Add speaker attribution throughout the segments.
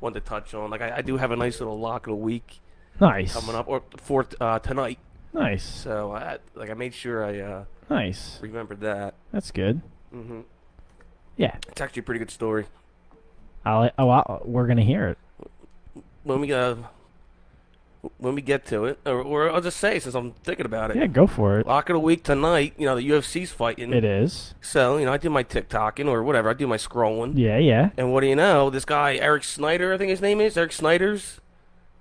Speaker 1: wanted to touch on. Like I, I do have a nice little lock of the week
Speaker 2: Nice.
Speaker 1: coming up or for uh, tonight.
Speaker 2: Nice.
Speaker 1: So I like I made sure I uh,
Speaker 2: Nice.
Speaker 1: remembered that.
Speaker 2: That's good.
Speaker 1: hmm
Speaker 2: Yeah.
Speaker 1: It's actually a pretty good story.
Speaker 2: I'll, oh, i we're gonna hear it.
Speaker 1: When we uh, when we get to it, or, or I'll just say since I'm thinking about it.
Speaker 2: Yeah, go for it.
Speaker 1: Lock of the week tonight. You know the UFC's fighting.
Speaker 2: It is.
Speaker 1: So you know I do my TikToking or whatever. I do my scrolling.
Speaker 2: Yeah, yeah.
Speaker 1: And what do you know? This guy Eric Snyder, I think his name is Eric Snyder's,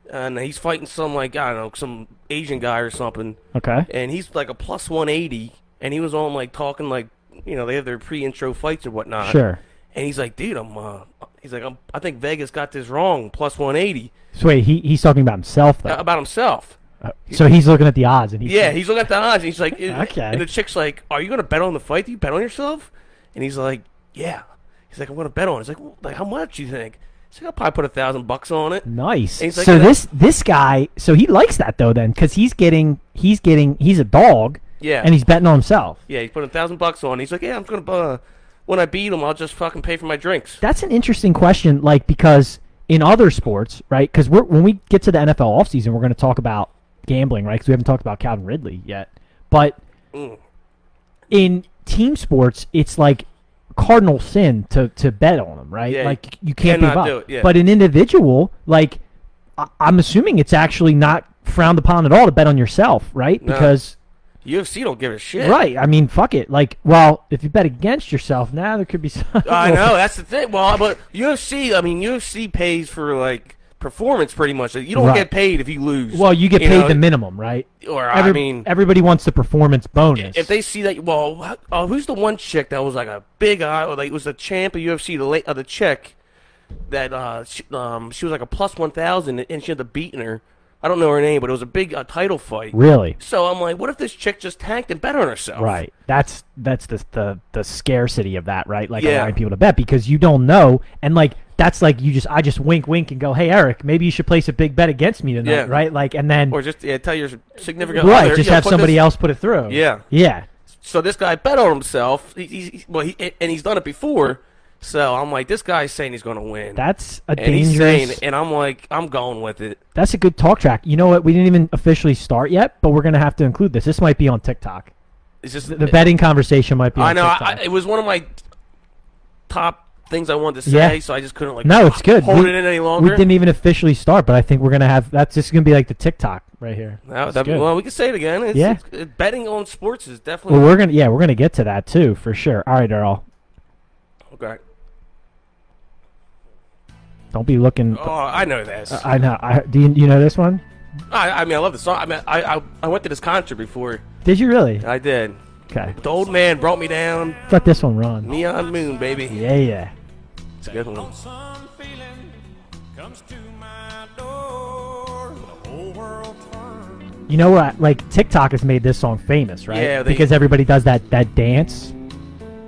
Speaker 1: and he's fighting some like I don't know some Asian guy or something.
Speaker 2: Okay.
Speaker 1: And he's like a plus 180, and he was on like talking like you know they have their pre-intro fights or whatnot.
Speaker 2: Sure.
Speaker 1: And he's like, dude, I'm. Uh, he's like, I'm, I think Vegas got this wrong. Plus 180
Speaker 2: So wait, he, he's talking about himself though.
Speaker 1: uh, about himself.
Speaker 2: Uh, so he's looking at the odds and he's
Speaker 1: Yeah, he's looking at the odds. And he's like,
Speaker 2: Okay.
Speaker 1: And the chick's like, "Are you gonna bet on the fight? Do you bet on yourself?" And he's like, "Yeah." He's like, "I'm gonna bet on." it." He's like, "Well, "Like how much do you think?" He's like, "I'll probably put a thousand bucks on it."
Speaker 2: nice.
Speaker 1: And he's like,
Speaker 2: so
Speaker 1: "Yeah."
Speaker 2: this this guy, so he likes that though then, because he's getting he's getting he's a dog
Speaker 1: Yeah.
Speaker 2: and he's betting on himself.
Speaker 1: yeah, he put a thousand bucks on. it. He's like, "Yeah, I'm gonna uh, when I beat him, I'll just fucking pay for my drinks."
Speaker 2: That's an interesting question, like because in other sports, right? Because we're when we get to the NFL offseason, we're going to talk about gambling, right? Because we haven't talked about Calvin Ridley yet, but
Speaker 1: Mm.
Speaker 2: in team sports, it's like cardinal sin to to bet on them, right?
Speaker 1: Yeah,
Speaker 2: like you can't
Speaker 1: cannot
Speaker 2: give up.
Speaker 1: do it, yeah.
Speaker 2: But an individual, like I- I'm assuming it's actually not frowned upon at all to bet on yourself, right?
Speaker 1: No.
Speaker 2: Because
Speaker 1: UFC don't give a shit.
Speaker 2: right, I mean, fuck it. Like, well, if you bet against yourself, now there could be some.
Speaker 1: I know that's the thing. Well, but UFC, I mean, UFC pays for like performance pretty much. You don't
Speaker 2: Right.
Speaker 1: get paid if you lose.
Speaker 2: Well, you get paid
Speaker 1: know,
Speaker 2: the minimum, right?
Speaker 1: Or I
Speaker 2: Every-
Speaker 1: mean,
Speaker 2: everybody wants the performance bonus.
Speaker 1: if they see that, well, uh, who's the one chick that was like a big eye, or like was the champ of UFC, the late, uh, the chick that uh, she, um, she was like a plus one thousand, and she had the beating her. I don't know her name, but it was a big uh, title fight.
Speaker 2: really,
Speaker 1: So I'm like, what if this chick just tanked and bet on herself?
Speaker 2: right? That's that's the the, the scarcity of that, right? Like
Speaker 1: Yeah.
Speaker 2: allowing people to bet because you don't know, and like that's like you just I just wink, wink, and go, hey Eric, maybe you should place a big bet against me tonight,
Speaker 1: Yeah.
Speaker 2: right? Like, and then
Speaker 1: Or just yeah, tell your significant
Speaker 2: right,
Speaker 1: other, you
Speaker 2: just
Speaker 1: know,
Speaker 2: have
Speaker 1: put
Speaker 2: somebody
Speaker 1: this-
Speaker 2: else put it through.
Speaker 1: Yeah.
Speaker 2: yeah.
Speaker 1: So this guy bet on himself. He, he's, he's- well, he, and he's done it before. So I'm like, this guy's saying he's going to win.
Speaker 2: That's a
Speaker 1: and he's
Speaker 2: dangerous.
Speaker 1: saying, and I'm like, I'm going with it.
Speaker 2: That's a good talk track. You know what? We didn't even officially start yet, but we're gonna have to include this. This might be on TikTok.
Speaker 1: It's just
Speaker 2: The betting conversation might be. On
Speaker 1: I know.
Speaker 2: TikTok.
Speaker 1: I, it was one of my top things I wanted to say,
Speaker 2: Yeah.
Speaker 1: so I just couldn't like.
Speaker 2: No, it's good.
Speaker 1: Hold
Speaker 2: we,
Speaker 1: it in any longer.
Speaker 2: We didn't even officially start, but I think we're gonna have that's just gonna be like the TikTok right here.
Speaker 1: That,
Speaker 2: It's
Speaker 1: that,
Speaker 2: good.
Speaker 1: well, we can say it again. It's,
Speaker 2: Yeah.
Speaker 1: it's, it- betting on sports is definitely
Speaker 2: Well, we're gonna yeah, we're gonna get to that too for sure. All right, Earl,
Speaker 1: okay.
Speaker 2: don't be looking.
Speaker 1: Oh, I know this.
Speaker 2: I know. I, do you, you know this one?
Speaker 1: I, I mean, I love the song. I mean, I, I I went to this concert before.
Speaker 2: Did you really?
Speaker 1: I did.
Speaker 2: Okay,
Speaker 1: The old man brought me down.
Speaker 2: let this one run.
Speaker 1: Neon Moon, baby.
Speaker 2: Yeah, yeah.
Speaker 1: It's a good one.
Speaker 3: Lonesome feeling comes to my door. The whole world turns.
Speaker 2: You know what? Like TikTok has made this song famous, right?
Speaker 1: Yeah, they-
Speaker 2: because everybody does that that dance.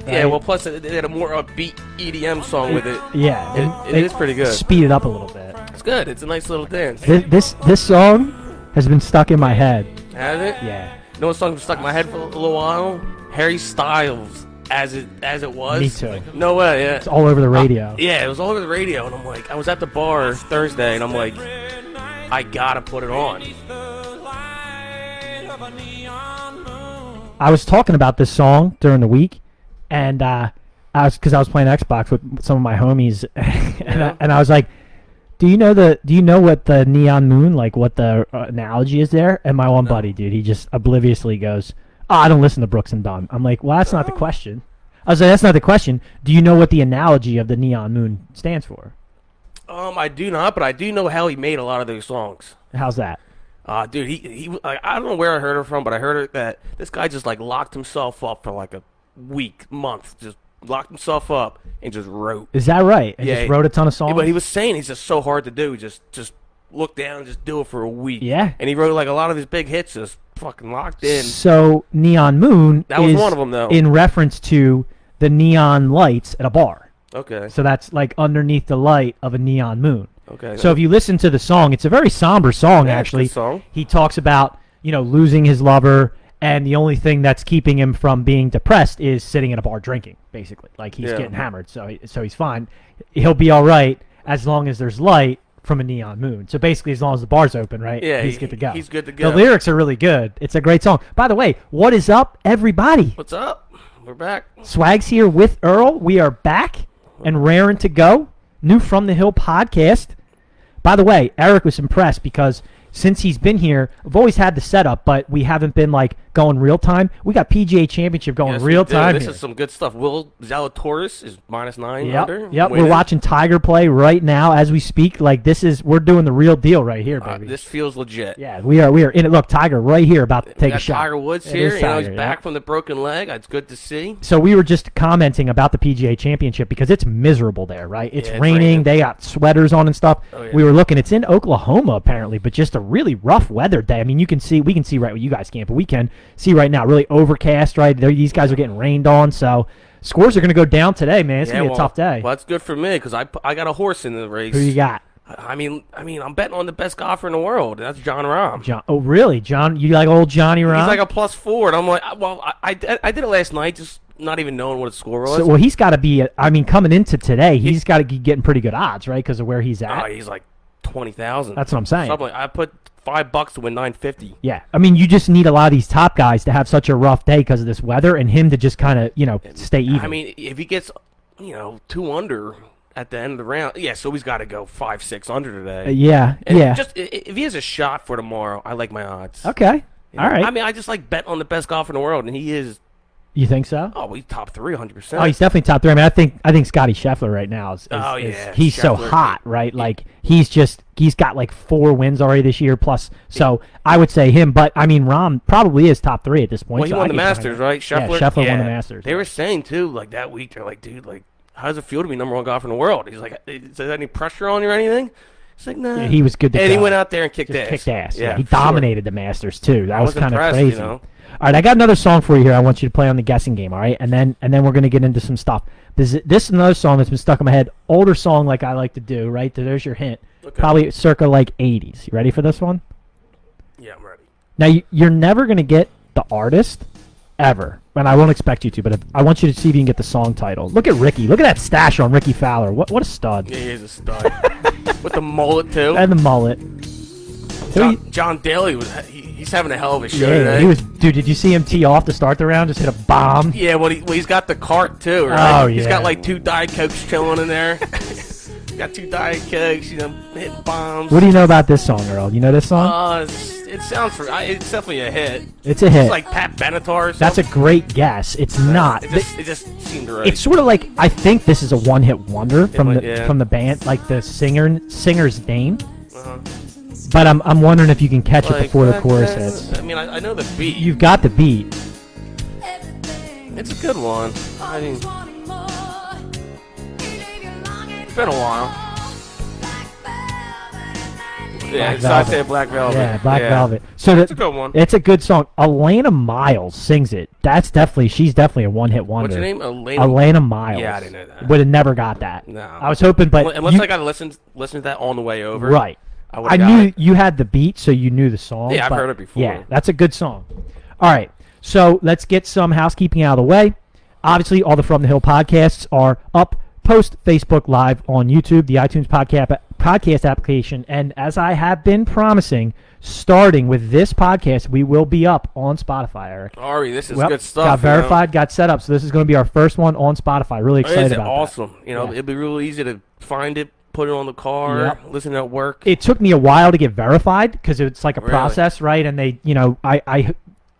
Speaker 1: Yeah.
Speaker 2: Right.
Speaker 1: Well, plus they they had a more upbeat EDM song with it.
Speaker 2: Yeah, and
Speaker 1: It- it
Speaker 2: they
Speaker 1: is pretty good.
Speaker 2: Speed it up a little bit.
Speaker 1: It's good. It's a nice little dance.
Speaker 2: This this, this song has been stuck in my head.
Speaker 1: Has it?
Speaker 2: Yeah,
Speaker 1: You know what song stuck in my head for a little while? Harry Styles, as it as it was.
Speaker 2: Me too.
Speaker 1: No way, yeah.
Speaker 2: it's all over the radio.
Speaker 1: Uh, Yeah, it was all over the radio, and I'm like, I was at the bar Thursday, and I'm like, I gotta put it on.
Speaker 3: The light of a neon moon.
Speaker 2: I was talking about this song during the week, and uh, I was because I was playing Xbox with some of my homies, and, I, and I was like, "Do you know the? Do you know what the neon moon? Like what the uh, analogy is there?" And my one buddy, dude, he just obliviously goes, oh, "I don't listen to Brooks and Dunn." I'm like, "Well, that's not the question." I was like, "That's not the question. Do you know what the analogy of the neon moon stands for?
Speaker 1: Um, I do not, but I do know how he made a lot of those songs.
Speaker 2: How's that?"
Speaker 1: Uh, dude, he he, like, I don't know where I heard it from, but I heard it that this guy just like locked himself up for like a week, month, just locked himself up and just wrote.
Speaker 2: Is that right? And
Speaker 1: Yeah,
Speaker 2: just wrote a ton of songs.
Speaker 1: But he was saying he's just so hard to do. Just just look down and just do it for a week.
Speaker 2: Yeah.
Speaker 1: And he wrote like a lot of his big hits just fucking locked in.
Speaker 2: So neon moon
Speaker 1: That was
Speaker 2: is
Speaker 1: one of 'em, though.
Speaker 2: in reference to the neon lights at a bar.
Speaker 1: Okay.
Speaker 2: So that's like underneath the light of a neon moon.
Speaker 1: Okay.
Speaker 2: So if you listen to the song, it's a very somber song
Speaker 1: Yeah, it's a
Speaker 2: actually.
Speaker 1: good song.
Speaker 2: He talks about, you know, losing his lover and the only thing that's keeping him from being depressed is sitting in a bar drinking, basically. Like he's
Speaker 1: Yeah.
Speaker 2: getting hammered, so he, so he's fine. He'll be all right. as long as there's light from a neon moon. So basically, as long as the bar's open, right?
Speaker 1: Yeah,
Speaker 2: he's
Speaker 1: he-
Speaker 2: good to go.
Speaker 1: he's good to
Speaker 2: The
Speaker 1: go.
Speaker 2: lyrics are really good. It's a great song. By the way, what is up, everybody?
Speaker 1: What's up? We're back.
Speaker 2: Swags here with Earl. We are back and raring to go. New From the Hill podcast. By the way, Eric was impressed because since he's been here, I've always had the setup, but we haven't been like going real time. We got PGA Championship going
Speaker 1: Yes, we
Speaker 2: real
Speaker 1: do.
Speaker 2: time.
Speaker 1: This
Speaker 2: here.
Speaker 1: is some good stuff. Will Zalatoris is minus nine
Speaker 2: Yep,
Speaker 1: under.
Speaker 2: yep. We're
Speaker 1: winning.
Speaker 2: watching Tiger play right now as we speak. Like this is we're doing the real deal right here,
Speaker 1: Uh,
Speaker 2: baby.
Speaker 1: this feels legit.
Speaker 2: yeah, we are we are in it. Look, Tiger right here about to
Speaker 1: We
Speaker 2: take
Speaker 1: got
Speaker 2: a shot.
Speaker 1: Tiger Woods
Speaker 2: It
Speaker 1: here.
Speaker 2: is
Speaker 1: You know,
Speaker 2: Tiger,
Speaker 1: he's
Speaker 2: yeah.
Speaker 1: back from the broken leg. It's good to see.
Speaker 2: So we were just commenting about the PGA Championship because it's miserable there, right? It's,
Speaker 1: Yeah, it's
Speaker 2: raining.
Speaker 1: raining.
Speaker 2: They got sweaters on and stuff.
Speaker 1: Oh, yeah.
Speaker 2: We were looking. It's in Oklahoma apparently, but just a really rough weather day. I mean, you can see we can see right. You guys can't, but we can see right now. Really overcast, right? There, these guys are getting rained on. So scores are going to go down today, man. It's
Speaker 1: Yeah,
Speaker 2: going to be
Speaker 1: well-
Speaker 2: a tough day.
Speaker 1: Well, that's good for me because I, pu- I got a horse in the race.
Speaker 2: Who you got?
Speaker 1: I mean, I mean, I'm betting on the best golfer in the world. And that's John Rahm.
Speaker 2: John. Oh, really, John? You like old Johnny Ron?
Speaker 1: He's like a plus four, and I'm like, I- well, I, I, did- I did it last night, just not even knowing what the score was.
Speaker 2: So, well, he's got to be. a- I mean, coming into today, he's got to be getting pretty good odds, right? Because of where he's at.
Speaker 1: Ah, he's like twenty thousand.
Speaker 2: That's what I'm saying.
Speaker 1: Something like, I put five bucks to win nine fifty.
Speaker 2: Yeah, I mean, you just need a lot of these top guys to have such a rough day because of this weather, and him to just kind of, you know, stay even.
Speaker 1: I mean, if he gets, you know, two under at the end of the round, yeah, so he's got to go five, six under today.
Speaker 2: Uh, yeah,
Speaker 1: And
Speaker 2: yeah.
Speaker 1: Just i- i- if he has a shot for tomorrow, I like my odds.
Speaker 2: okay,
Speaker 1: You know?
Speaker 2: all right.
Speaker 1: I mean, I just like bet on the best golfer in the world, and he is.
Speaker 2: you think so?
Speaker 1: Oh, he's top three, hundred percent.
Speaker 2: Oh, he's definitely top three. I mean, I think I think Scotty Scheffler right now is, is,
Speaker 1: Oh,
Speaker 2: is-
Speaker 1: yeah,
Speaker 2: he's so
Speaker 1: Scheffler.
Speaker 2: hot, right? Like he's just he's got like four wins already this year plus. So I would say him, but I mean, Rom probably is top three at this point.
Speaker 1: Well, he
Speaker 2: so I
Speaker 1: won the
Speaker 2: get behind
Speaker 1: Masters,
Speaker 2: that.
Speaker 1: right? Scheffler,
Speaker 2: yeah, Scheffler
Speaker 1: Yeah.
Speaker 2: won the Masters.
Speaker 1: They were saying too, like that week, they're like, dude, like, how does it feel to be number one golfer in the world? He's like, is there any pressure on you or anything? He's like, nah.
Speaker 2: Yeah, he was good to
Speaker 1: and he
Speaker 2: go.
Speaker 1: went out there and kicked
Speaker 2: just
Speaker 1: ass.
Speaker 2: kicked ass. Yeah,
Speaker 1: Yeah,
Speaker 2: he
Speaker 1: for sure.
Speaker 2: dominated the Masters too. That
Speaker 1: I
Speaker 2: was,
Speaker 1: was
Speaker 2: kind of
Speaker 1: impressed,
Speaker 2: crazy.
Speaker 1: you know.
Speaker 2: All right, I got another song for you here. I want you to play on the guessing game. All right, and then and then we're gonna get into some stuff. This is, this is another song that's been stuck in my head. Older song like I like to do. Right So there's your hint.
Speaker 1: Okay.
Speaker 2: Probably circa like '80s. You ready for this one?
Speaker 1: Yeah, I'm ready.
Speaker 2: Now you, you're never gonna get the artist ever, and I won't expect you to. But if, I want you to see if you can get the song title. Look at Ricky. Look at that stash on Ricky Fowler. What what a stud.
Speaker 1: Yeah, he's a stud. With the mullet too.
Speaker 2: And the mullet. So he-
Speaker 1: John, John Daly was he, he's having a hell of a show
Speaker 2: yeah,
Speaker 1: today.
Speaker 2: he was. Dude, did you see him tee off to start the round? Just hit a bomb.
Speaker 1: yeah, well, he, well, he's got the cart too, right?
Speaker 2: Oh,
Speaker 1: He's
Speaker 2: yeah.
Speaker 1: got like two Diet Cokes chilling in there. got two Diet Cokes, you know, hitting bombs.
Speaker 2: What do you know about this song, Earl? You know this song?
Speaker 1: uh, it's- it sounds for I, it's definitely a hit.
Speaker 2: it's a
Speaker 1: It's
Speaker 2: hit.
Speaker 1: like Pat Benatar. Or
Speaker 2: That's a
Speaker 1: something.
Speaker 2: great guess. It's not.
Speaker 1: It
Speaker 2: Th-
Speaker 1: just, it just seemed right.
Speaker 2: It's sort of like I think this is a one-hit wonder from
Speaker 1: might-
Speaker 2: the
Speaker 1: yeah.
Speaker 2: from the band, like the singer singer's name.
Speaker 1: Uh-huh.
Speaker 2: But I'm I'm wondering if you can catch it
Speaker 1: Like,
Speaker 2: before the chorus
Speaker 1: uh,
Speaker 2: hits.
Speaker 1: I mean, I, I know the beat.
Speaker 2: You've got the beat.
Speaker 1: it's a good one. I mean, it's
Speaker 4: It's
Speaker 1: been a while. Yeah,
Speaker 2: Black
Speaker 1: so I
Speaker 2: Velvet.
Speaker 1: said Black Velvet.
Speaker 2: Yeah, Black Velvet. So
Speaker 1: It's a good one.
Speaker 2: It's a good song. Alana Miles sings it. That's definitely she's definitely a one-hit wonder.
Speaker 1: What's your name? Elaine.
Speaker 2: Alana Miles.
Speaker 1: Yeah, I didn't know that.
Speaker 2: Would have never got that.
Speaker 1: No.
Speaker 2: I was hoping, but
Speaker 1: Unless
Speaker 2: you-
Speaker 1: I got to listen listen to that on the way over.
Speaker 2: Right.
Speaker 1: I
Speaker 2: I
Speaker 1: would've got
Speaker 2: knew
Speaker 1: it.
Speaker 2: you had the beat, so you knew the song.
Speaker 1: Yeah, I've
Speaker 2: but-
Speaker 1: heard it before.
Speaker 2: Yeah, that's a good song. All right, so let's get some housekeeping out of the way. Obviously, all the From the Hill podcasts are up post Facebook Live on YouTube, the iTunes podcast podcast application, and as I have been promising, starting with this podcast, we will be up on Spotify. Eric.
Speaker 1: Ari, this is
Speaker 2: Well,
Speaker 1: good stuff.
Speaker 2: Got
Speaker 1: you know?
Speaker 2: verified, got set up, so this is going to be our first one on Spotify. Really excited
Speaker 1: It's
Speaker 2: about that.
Speaker 1: awesome. You know,
Speaker 2: Yeah.
Speaker 1: it'd be really easy to find it, put it on the car,
Speaker 2: Yep.
Speaker 1: listen at work.
Speaker 2: it took me a while to get verified because it's like a
Speaker 1: Really?
Speaker 2: process, right? And they, you know, I, I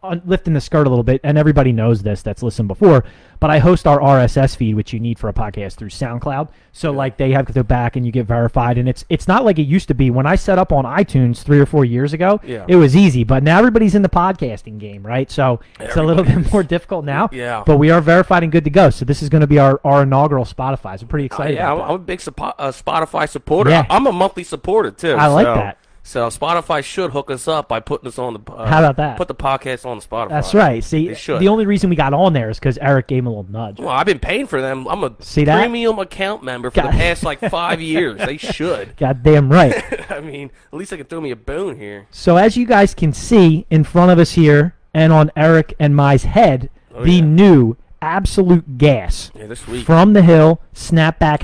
Speaker 2: on, lifting the skirt a little bit, and everybody knows this that's listened before. But I host our RSS feed, which you need for a podcast through SoundCloud. So like they have to go back and you get verified, and it's it's not like it used to be when I set up on iTunes three or four years ago.
Speaker 1: Yeah.
Speaker 2: it was easy, but now everybody's in the podcasting game, right? So it's a little bit more difficult now.
Speaker 1: Yeah.
Speaker 2: but we are verified and good to go. So this is going to be our, our inaugural Spotify. So pretty excited.
Speaker 1: Oh, yeah,
Speaker 2: about
Speaker 1: I'm,
Speaker 2: that.
Speaker 1: I'm a big Spo- uh, Spotify supporter.
Speaker 2: Yeah.
Speaker 1: I, am a monthly supporter too.
Speaker 2: I like
Speaker 1: so-
Speaker 2: that.
Speaker 1: So Spotify should hook us up by putting us on the. Uh,
Speaker 2: How about that?
Speaker 1: Put the podcast on Spotify.
Speaker 2: That's right. See,
Speaker 1: They should.
Speaker 2: the only reason we got on there is because Eric gave him a little nudge.
Speaker 1: Well, I've been paying for them. I'm a
Speaker 2: See that?
Speaker 1: premium account member for
Speaker 2: God.
Speaker 1: the past like five years. They should.
Speaker 2: Goddamn right.
Speaker 1: I mean, at least they can throw me a bone here.
Speaker 2: so as you guys can see in front of us here, and on Eric and my's head, the
Speaker 1: Oh, yeah.
Speaker 2: new absolute gas
Speaker 1: Yeah, this week.
Speaker 2: from the hill snapback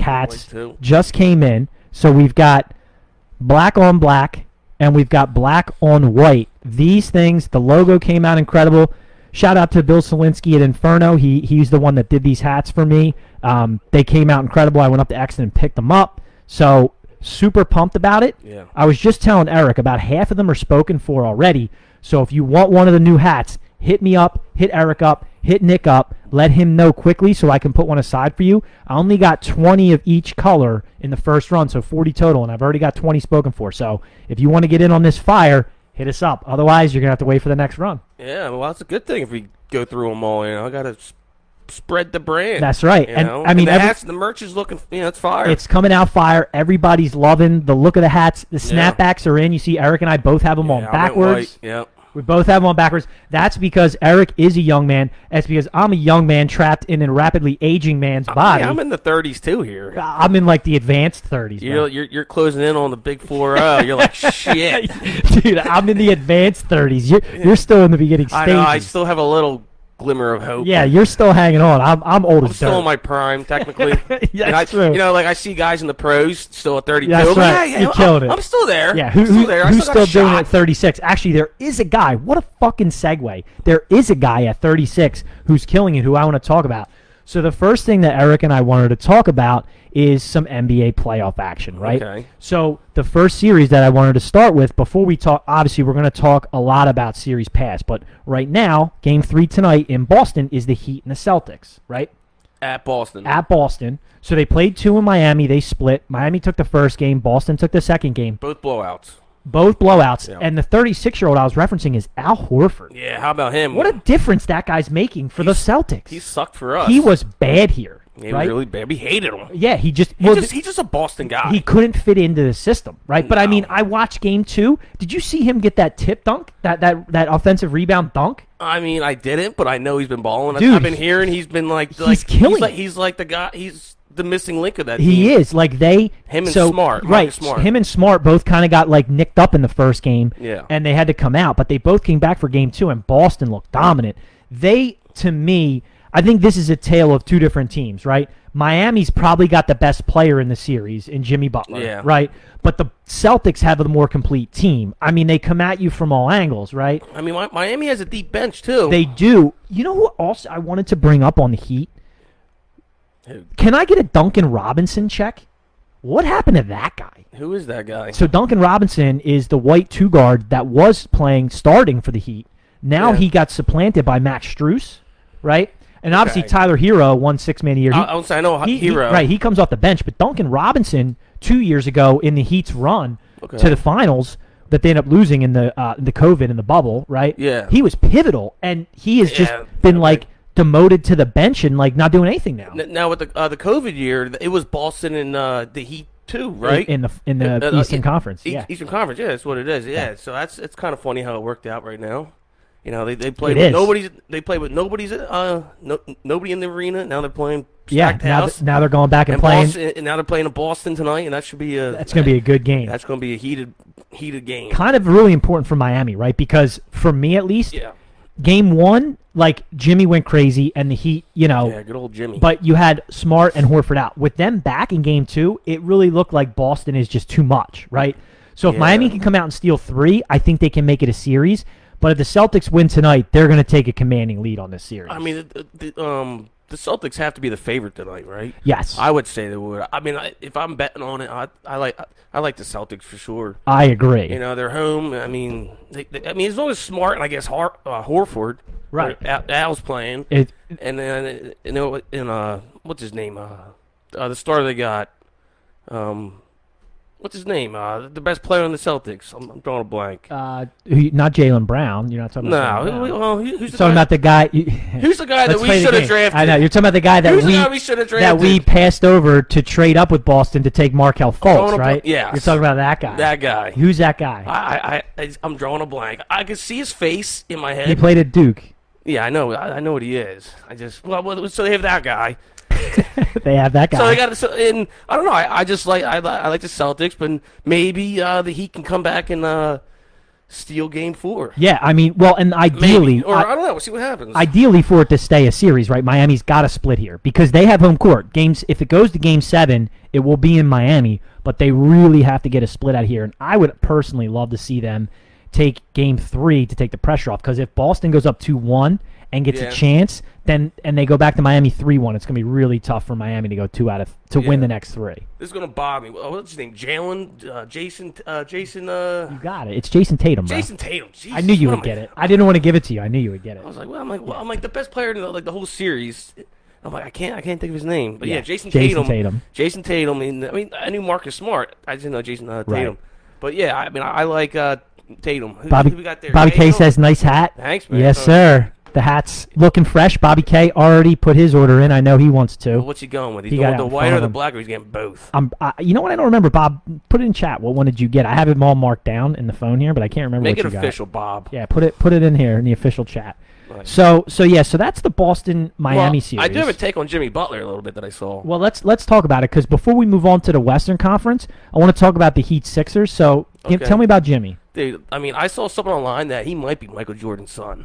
Speaker 1: Like
Speaker 2: hats
Speaker 1: two.
Speaker 2: just came in. So we've got black on black and we've got black on white. These things, the logo came out incredible. Shout out to Bill Selinsky at Inferno. He he's the one that did these hats for me. Um, they came out incredible. I went up to Exton and picked them up. So super pumped about it.
Speaker 1: Yeah.
Speaker 2: I was just telling Eric about half of them are spoken for already. So if you want one of the new hats, hit me up, hit Eric up, hit Nick up. Let him know quickly so I can put one aside for you. I only got 20 of each color in the first run, so 40 total, and I've already got 20 spoken for. So if you want to get in on this fire, hit us up. Otherwise, you're gonna have to wait for the next run.
Speaker 1: Yeah, well, that's a good thing if we go through them all. You know, I gotta s- spread the brand.
Speaker 2: That's right.
Speaker 1: you
Speaker 2: And,
Speaker 1: know?
Speaker 2: I mean,
Speaker 1: the,
Speaker 2: every-
Speaker 1: hats, the merch is looking. You know, it's fire.
Speaker 2: It's coming out fire. Everybody's loving the look of the hats. The
Speaker 1: Yeah.
Speaker 2: snapbacks are in. You see, Eric and I both have them
Speaker 1: yeah, I
Speaker 2: on
Speaker 1: went white,
Speaker 2: backwards.
Speaker 1: Yep.
Speaker 2: We both have them on backwards. That's because Eric is a young man. That's because I'm a young man trapped in a rapidly aging man's body.
Speaker 1: Uh, Yeah, I'm
Speaker 2: I'm,
Speaker 1: in the 30s too here.
Speaker 2: in, like the advanced 30s.
Speaker 1: You're, you're you're closing in on the big four zero. You're like shit.
Speaker 2: man. Dude, I'm in the advanced 30s. You're, you're still in the beginning
Speaker 1: I
Speaker 2: stages.
Speaker 1: know. I still have a little glimmer of hope.
Speaker 2: yeah, you're still hanging on. I'm, I'm old
Speaker 1: I'm
Speaker 2: as
Speaker 1: still
Speaker 2: dirt.
Speaker 1: in my prime technically.
Speaker 2: Yeah,
Speaker 1: And I-
Speaker 2: it's true.
Speaker 1: You know, like I see guys in the pros still at 32.
Speaker 2: That's
Speaker 1: I'm like,
Speaker 2: right.
Speaker 1: Yeah,
Speaker 2: You
Speaker 1: I'm-
Speaker 2: killed it.
Speaker 1: I'm still there.
Speaker 2: Yeah,
Speaker 1: I'm
Speaker 2: who,
Speaker 1: still
Speaker 2: who,
Speaker 1: there. I
Speaker 2: who's still
Speaker 1: got
Speaker 2: doing it
Speaker 1: shot.
Speaker 2: at 36? Actually, there is a guy. What a fucking segue. There is a guy at 36 who's killing it, who I want to talk about. So the first thing that Eric and I wanted to talk about is some NBA playoff action, right?
Speaker 1: Okay.
Speaker 2: So the first series that I wanted to start with before we talk, obviously we're going to talk a lot about series pass, but right now, game three tonight in Boston is the Heat and the Celtics, right?
Speaker 1: at Boston.
Speaker 2: At Boston. So they played two in Miami. They split. Miami took the first game. Boston took the second game
Speaker 1: Both blowouts.
Speaker 2: both blowouts.
Speaker 1: Yeah.
Speaker 2: And the 36 year old I was referencing is Al Horford.
Speaker 1: Yeah, how about him?
Speaker 2: What a difference that guy's making for the Celtics.
Speaker 1: he sucked for us.
Speaker 2: he was bad here,
Speaker 1: He
Speaker 2: right?
Speaker 1: was really bad. We hated him.
Speaker 2: yeah, he just
Speaker 1: He
Speaker 2: well,
Speaker 1: just, he's just a Boston guy.
Speaker 2: he couldn't fit into the system, right? But I mean,
Speaker 1: No.
Speaker 2: I watched game two. Did you see him get that tip dunk, that that that offensive rebound dunk?
Speaker 1: I mean, I didn't, but I know he's been balling. I've-
Speaker 2: Dude,
Speaker 1: I've been hearing he's been like,
Speaker 2: he's
Speaker 1: like
Speaker 2: killing
Speaker 1: like,
Speaker 2: it.
Speaker 1: he's like the guy. He's the missing link of that.
Speaker 2: He
Speaker 1: team.
Speaker 2: is like they
Speaker 1: Him and
Speaker 2: so,
Speaker 1: Smart, Marcus
Speaker 2: right?
Speaker 1: Smart.
Speaker 2: Him and Smart both kind of got like nicked up in the first game,
Speaker 1: Yeah.
Speaker 2: and they had to come out, but they both came back for game two, and Boston looked dominant. They, to me, I think this is a tale of two different teams, right? Miami's probably got the best player in the series in Jimmy Butler,
Speaker 1: Yeah.
Speaker 2: right? But the Celtics have the more complete team. I mean, they come at you from all angles, right?
Speaker 1: I mean, Mi- Miami has a deep bench too.
Speaker 2: They do. You know who also I wanted to bring up on the Heat?
Speaker 1: Who?
Speaker 2: Can I get a Duncan Robinson check? What happened to that guy?
Speaker 1: Who is that guy?
Speaker 2: So Duncan Robinson is the white two guard that was playing starting for the Heat. Now
Speaker 1: Yeah.
Speaker 2: he got supplanted by Max Struess, right? And obviously
Speaker 1: Okay.
Speaker 2: Tyler Hero won six man a year. He-
Speaker 1: I, I, would say I know
Speaker 2: he- he-
Speaker 1: Uh, Hero.
Speaker 2: right, he comes off the bench, but Duncan Robinson two years ago in the Heat's run
Speaker 1: Okay.
Speaker 2: to the finals that they end up losing in the uh, in the COVID in the bubble, right?
Speaker 1: Yeah.
Speaker 2: he was pivotal, and he has just
Speaker 1: Yeah,
Speaker 2: been
Speaker 1: I
Speaker 2: like demoted to the bench and like not doing anything now.
Speaker 1: N- Now with the uh, the COVID year, th- it was Boston and uh, the Heat too, right?
Speaker 2: in the in the
Speaker 1: Uh, uh,
Speaker 2: Eastern
Speaker 1: e-
Speaker 2: Conference,
Speaker 1: East-
Speaker 2: yeah.
Speaker 1: Eastern Conference. Yeah, that's what it is. Yeah. So that's it's kind of funny how it worked out right now. You know, they they played
Speaker 2: It
Speaker 1: with
Speaker 2: is.
Speaker 1: nobody's. They played with nobody's. Uh, no, nobody in the arena. Now they're playing.
Speaker 2: yeah,
Speaker 1: stacked
Speaker 2: now,
Speaker 1: house.
Speaker 2: th- now they're going back and, playing.
Speaker 1: Boston, and now they're playing in Boston tonight, and that should be a
Speaker 2: That's going to be a good game.
Speaker 1: that's going to be a heated heated game.
Speaker 2: kind of really important for Miami, right? Because for me at least,
Speaker 1: Yeah,
Speaker 2: game one, like Jimmy went crazy and the Heat, you know,
Speaker 1: yeah, good old Jimmy.
Speaker 2: but you had Smart and Horford out. With them back in game two, it really looked like Boston is just too much, right? So if
Speaker 1: Yeah.
Speaker 2: Miami can come out and steal three, I think they can make it a series. But if the Celtics win tonight, they're going to take a commanding lead on this series.
Speaker 1: I mean, the, the, um, the Celtics have to be the favorite tonight, right?
Speaker 2: yes, I,
Speaker 1: I would say they would. I mean, I, if I'm betting on it, I, I like I, like the Celtics for sure.
Speaker 2: agree.
Speaker 1: You know, they're home. I mean, they, they- I mean, as long as Smart and I guess Har, uh, Horford,
Speaker 2: Right.
Speaker 1: or Al, Al's playing,
Speaker 2: It-
Speaker 1: and then you know, and uh, what's his name? Uh, uh, the star they got, um, what's his name? Uh, the best player on the Celtics. I'm, I'm drawing a blank.
Speaker 2: uh, who- not Jalen Brown. You're not talking about.
Speaker 1: no,
Speaker 2: Jaylen Brown.
Speaker 1: who- well, who- who's the
Speaker 2: talking
Speaker 1: guy,
Speaker 2: about the guy.
Speaker 1: who's the guy that
Speaker 2: Let's
Speaker 1: we
Speaker 2: play the
Speaker 1: should have
Speaker 2: game.
Speaker 1: drafted?
Speaker 2: I know you're talking about the guy that
Speaker 1: Who's the
Speaker 2: we
Speaker 1: guy we should have drafted?
Speaker 2: that we passed over to trade up with Boston to take Markel
Speaker 1: Throwing
Speaker 2: Fultz,
Speaker 1: a-
Speaker 2: right?
Speaker 1: yes.
Speaker 2: you're talking about that guy.
Speaker 1: That guy.
Speaker 2: Who's that guy?
Speaker 1: I, I, I, I'm drawing a blank. I can see his face in my
Speaker 2: He
Speaker 1: head.
Speaker 2: played at Duke.
Speaker 1: yeah, I know. I, I know what he is. I just well, well, so they have that guy.
Speaker 2: They have that guy.
Speaker 1: So they got so and I don't know. I, I just like I, li- I like the Celtics, but maybe uh, the Heat can come back and uh, steal Game Four.
Speaker 2: Yeah, I mean, well, and
Speaker 1: Maybe.
Speaker 2: ideally,
Speaker 1: or
Speaker 2: I-
Speaker 1: I, don't know. We'll see what happens.
Speaker 2: ideally for it to stay a series, right? Miami's got to split here because they have home court. Games if it goes to game 7, it will be in Miami, but they really have to get a split out here and I would personally love to see them take game 3 to take the pressure off because if Boston goes up 2-1 and gets
Speaker 1: Yeah.
Speaker 2: a chance, then and they go back to Miami 3-1, it's going to be really tough for Miami to go 2 out of to win
Speaker 1: Yeah.
Speaker 2: the next 3.
Speaker 1: this is gonna bother me. Oh, What's his name? Jalen, uh, Jason, uh, Jason,
Speaker 2: You
Speaker 1: uh,
Speaker 2: got it. It's Jason Tatum, bro.
Speaker 1: Jason Tatum.
Speaker 2: I knew
Speaker 1: Jesus,
Speaker 2: you
Speaker 1: what
Speaker 2: would
Speaker 1: am I-
Speaker 2: get it. I didn't want to give it to you. I knew you would get it.
Speaker 1: I was like, well, I'm like, well, I'm like the best player in the, like the whole series. I'm like, I can't, I can't think of his name, but yeah,
Speaker 2: Yeah,
Speaker 1: Jason,
Speaker 2: Jason
Speaker 1: Tatum,
Speaker 2: Tatum.
Speaker 1: Jason Tatum. And, I mean, I knew Marcus Smart. I didn't know Jason uh,
Speaker 2: Right.
Speaker 1: Tatum, but yeah, I mean, I, I like uh, Tatum. Who,
Speaker 2: Bobby,
Speaker 1: who we got there?
Speaker 2: Bobby K
Speaker 1: Tatum?
Speaker 2: says, "Nice hat."
Speaker 1: Thanks, man.
Speaker 2: Yes,
Speaker 1: Uh,
Speaker 2: sir. The hat's looking fresh. Bobby K already put his order in. I know he wants to.
Speaker 1: what's he going with? He's
Speaker 2: He got
Speaker 1: going with the
Speaker 2: out in
Speaker 1: white
Speaker 2: front
Speaker 1: or
Speaker 2: of
Speaker 1: the
Speaker 2: him.
Speaker 1: black, or he's getting both.
Speaker 2: I'm, I, you know what? I don't remember, Bob. Put it in chat. What one did you get? I have it all marked down in the phone here, but I can't remember.
Speaker 1: Make
Speaker 2: what
Speaker 1: it
Speaker 2: you got.
Speaker 1: official, Bob.
Speaker 2: Yeah, put it put it in here in the official chat.
Speaker 1: Right.
Speaker 2: So so yeah, so that's the Boston Miami
Speaker 1: Well,
Speaker 2: series.
Speaker 1: I do have a take on Jimmy Butler a little bit that I saw.
Speaker 2: Well, let's let's talk about it because before we move on to the Western Conference, I want to talk about the Heat Sixers. So give,
Speaker 1: Okay.
Speaker 2: tell me about Jimmy.
Speaker 1: Dude, I mean, I saw something online that he might be Michael Jordan's son.